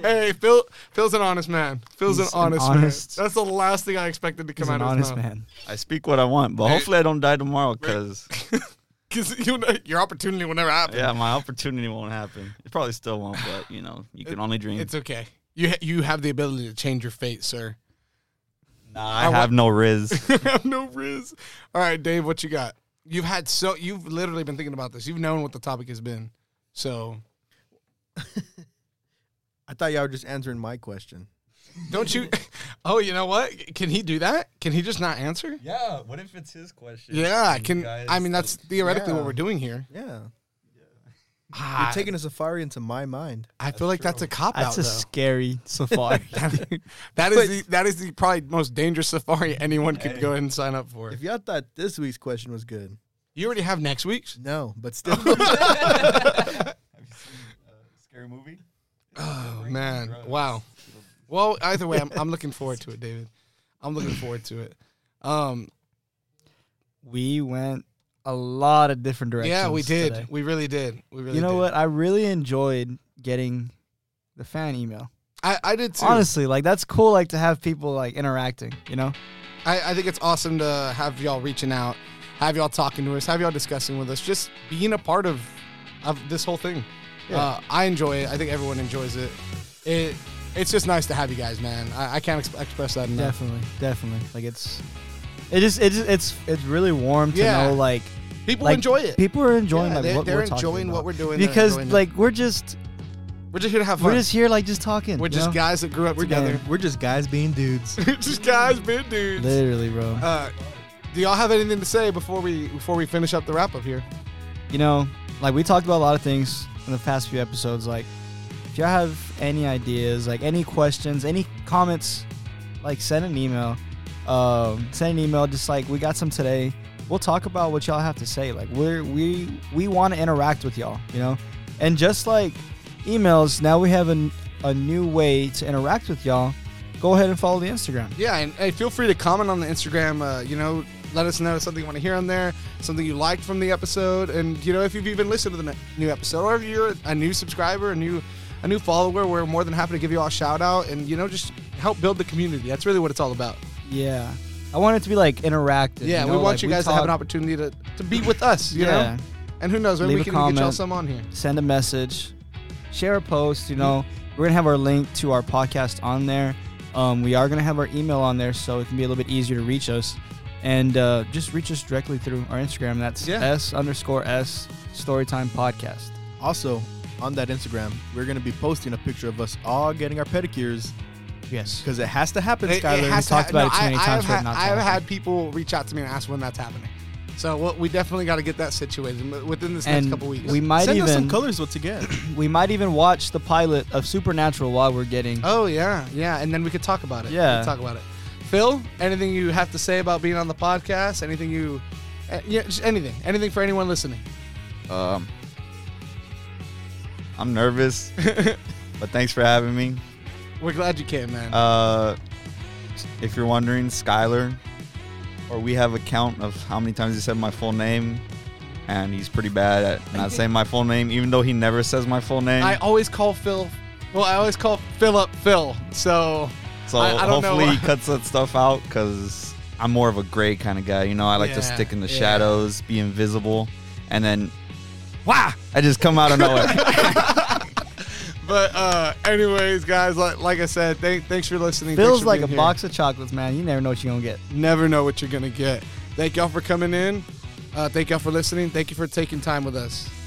S1: Hey, Phil. Phil's an honest man. Phil's an
S2: He's an
S1: honest,
S2: honest-
S1: man. That's the last thing I expected to come
S2: He's
S1: out
S2: an
S1: of his
S2: honest
S1: mouth.
S2: man.
S4: I speak what I want, but hopefully I don't die tomorrow because
S1: Because you know, your opportunity will never happen.
S4: yeah, my opportunity won't happen. It probably still won't, but you know you can only dream.
S1: It's okay. You ha- you have the ability to change your fate, sir.
S4: Nah, I have no riz.
S1: I have no riz. All right, Dave, what you got? You've had so you've literally been thinking about this. You've known what the topic has been. So
S3: I thought y'all were just answering my question.
S1: don't you? Oh, you know what? Can he do that? Can he just not answer?
S4: yeah, what if it's his question?
S1: Yeah, I can. I mean, that's theoretically what we're doing here.
S3: Yeah.
S1: Ah,
S3: You're taking a safari into my mind.
S1: I feel like that's a cop out.
S2: That's a
S1: though.
S2: scary safari. dude.
S1: That is the that is the probably most dangerous safari anyone could go and sign up for.
S3: If y'all thought this week's question was good,
S1: You already have next week's.
S3: no, but still.
S4: Have you seen uh, Scary Movie?
S1: Oh man! Wow. Well, either way, I'm, I'm looking forward to it, David. I'm looking forward to it. Um,
S2: we went a lot of different directions.
S1: yeah, we did.
S2: today.
S1: We really did. We really.
S2: you know
S1: did.
S2: what? I really enjoyed getting the fan email.
S1: I, I did too.
S2: Honestly, like that's cool. Like to have people like interacting. You know,
S1: I, I think it's awesome to have y'all reaching out, have y'all talking to us, have y'all discussing with us, just being a part of of this whole thing. Uh, I enjoy it. I think everyone enjoys it. It it's just nice to have you guys, man. I, I can't ex- express that enough.
S2: definitely, definitely. Like it's, it just, it just, it's, it's really warm to
S1: Yeah.
S2: know like
S1: People
S2: like,
S1: enjoy it.
S2: People are enjoying
S1: Yeah,
S2: like
S1: they're,
S2: what
S1: they're
S2: we're talking
S1: enjoying what
S2: about.
S1: we're doing they're
S2: because
S1: enjoying it.
S2: like we're just
S1: we're just here to have fun.
S2: we're just here like just talking.
S1: We're
S2: you
S1: just
S2: know?
S1: guys that grew up together.
S3: We're just guys being dudes.
S1: We're just guys, big dudes.
S2: literally, bro.
S1: Uh, do y'all have anything to say before we before we finish up the wrap up here?
S2: you know, like we talked about a lot of things in the past few episodes. Like, if y'all have any ideas, like any questions, any comments, like send an email. Um, send an email. Just like we got some today. We'll talk about what y'all have to say. Like we're we we want to interact with y'all. You know, and just like emails, now we have an, a new way to interact with y'all. Go ahead and follow the Instagram.
S1: Yeah, and hey, feel free to comment on the Instagram. Uh, you know, let us know something you want to hear on there, something you liked from the episode, and you know if you've even listened to the ne- new episode, or if you're a new subscriber, a new a new follower, we're more than happy to give you all a shout out, and you know just help build the community. That's really what it's all about.
S2: Yeah, I want it to be like interactive.
S1: yeah,
S2: you
S1: we
S2: know,
S1: want
S2: like,
S1: you guys to have an
S2: talk-
S1: opportunity to, to be with us. You
S2: Yeah.
S1: know, and who knows, maybe
S2: Leave
S1: we
S2: a
S1: can get y'all
S2: comment.
S1: some on here.
S2: send a message, share a post. You know, we're gonna have our link to our podcast on there. Um, we are gonna have our email on there, so it can be a little bit easier to reach us. And uh, just reach us directly through our Instagram. That's
S1: Yeah.
S2: S underscore S Storytime Podcast.
S3: Also, on that Instagram, we're going to be posting a picture of us all getting our pedicures
S2: Yes.
S3: because it has to happen,
S1: It- it
S3: Skylar.
S1: has
S2: we
S1: to
S2: talked about it too
S1: I-
S2: many
S1: I
S2: times
S1: have
S2: for it
S1: had-
S2: not to
S1: I have
S2: happen.
S1: had people reach out to me and ask when that's happening. So what, we definitely got to get that situated m- within this next
S2: And
S1: couple weeks.
S2: we might
S3: Send us some
S2: even
S3: colors what to get.
S2: we might even watch the pilot of Supernatural while we're getting.
S1: oh yeah, yeah, and then we could talk about it. We could
S2: Yeah.
S1: talk about it. Phil, anything you have to say about being on the podcast? Anything you, eh, yeah, just anything, anything for anyone listening.
S4: Um, I'm nervous, but thanks for having me.
S1: We're glad you came, man.
S4: Uh, if you're wondering, Skylar, or we have a count of how many times he said my full name, and he's pretty bad at not saying my full name, even though he never says my full name.
S1: I always call Phil. Well, I always call Phil up Phil. So
S4: so
S1: I- I don't know
S4: hopefully he
S1: why.
S4: cuts that stuff out because I'm more of a gray kind of guy. You know, I like to
S1: Yeah,
S4: stick in the
S1: yeah.
S4: shadows, be invisible, and then, wow, I just come out of nowhere.
S1: But uh, anyways, guys, like, like I said, thank, thanks for listening. Thanks
S2: Feels
S1: for
S2: like a
S1: being here.
S2: box of chocolates, man. You never know what you're gonna get.
S1: Never know what you're gonna get. Thank y'all for coming in. Uh, thank y'all for listening. Thank you for taking time with us.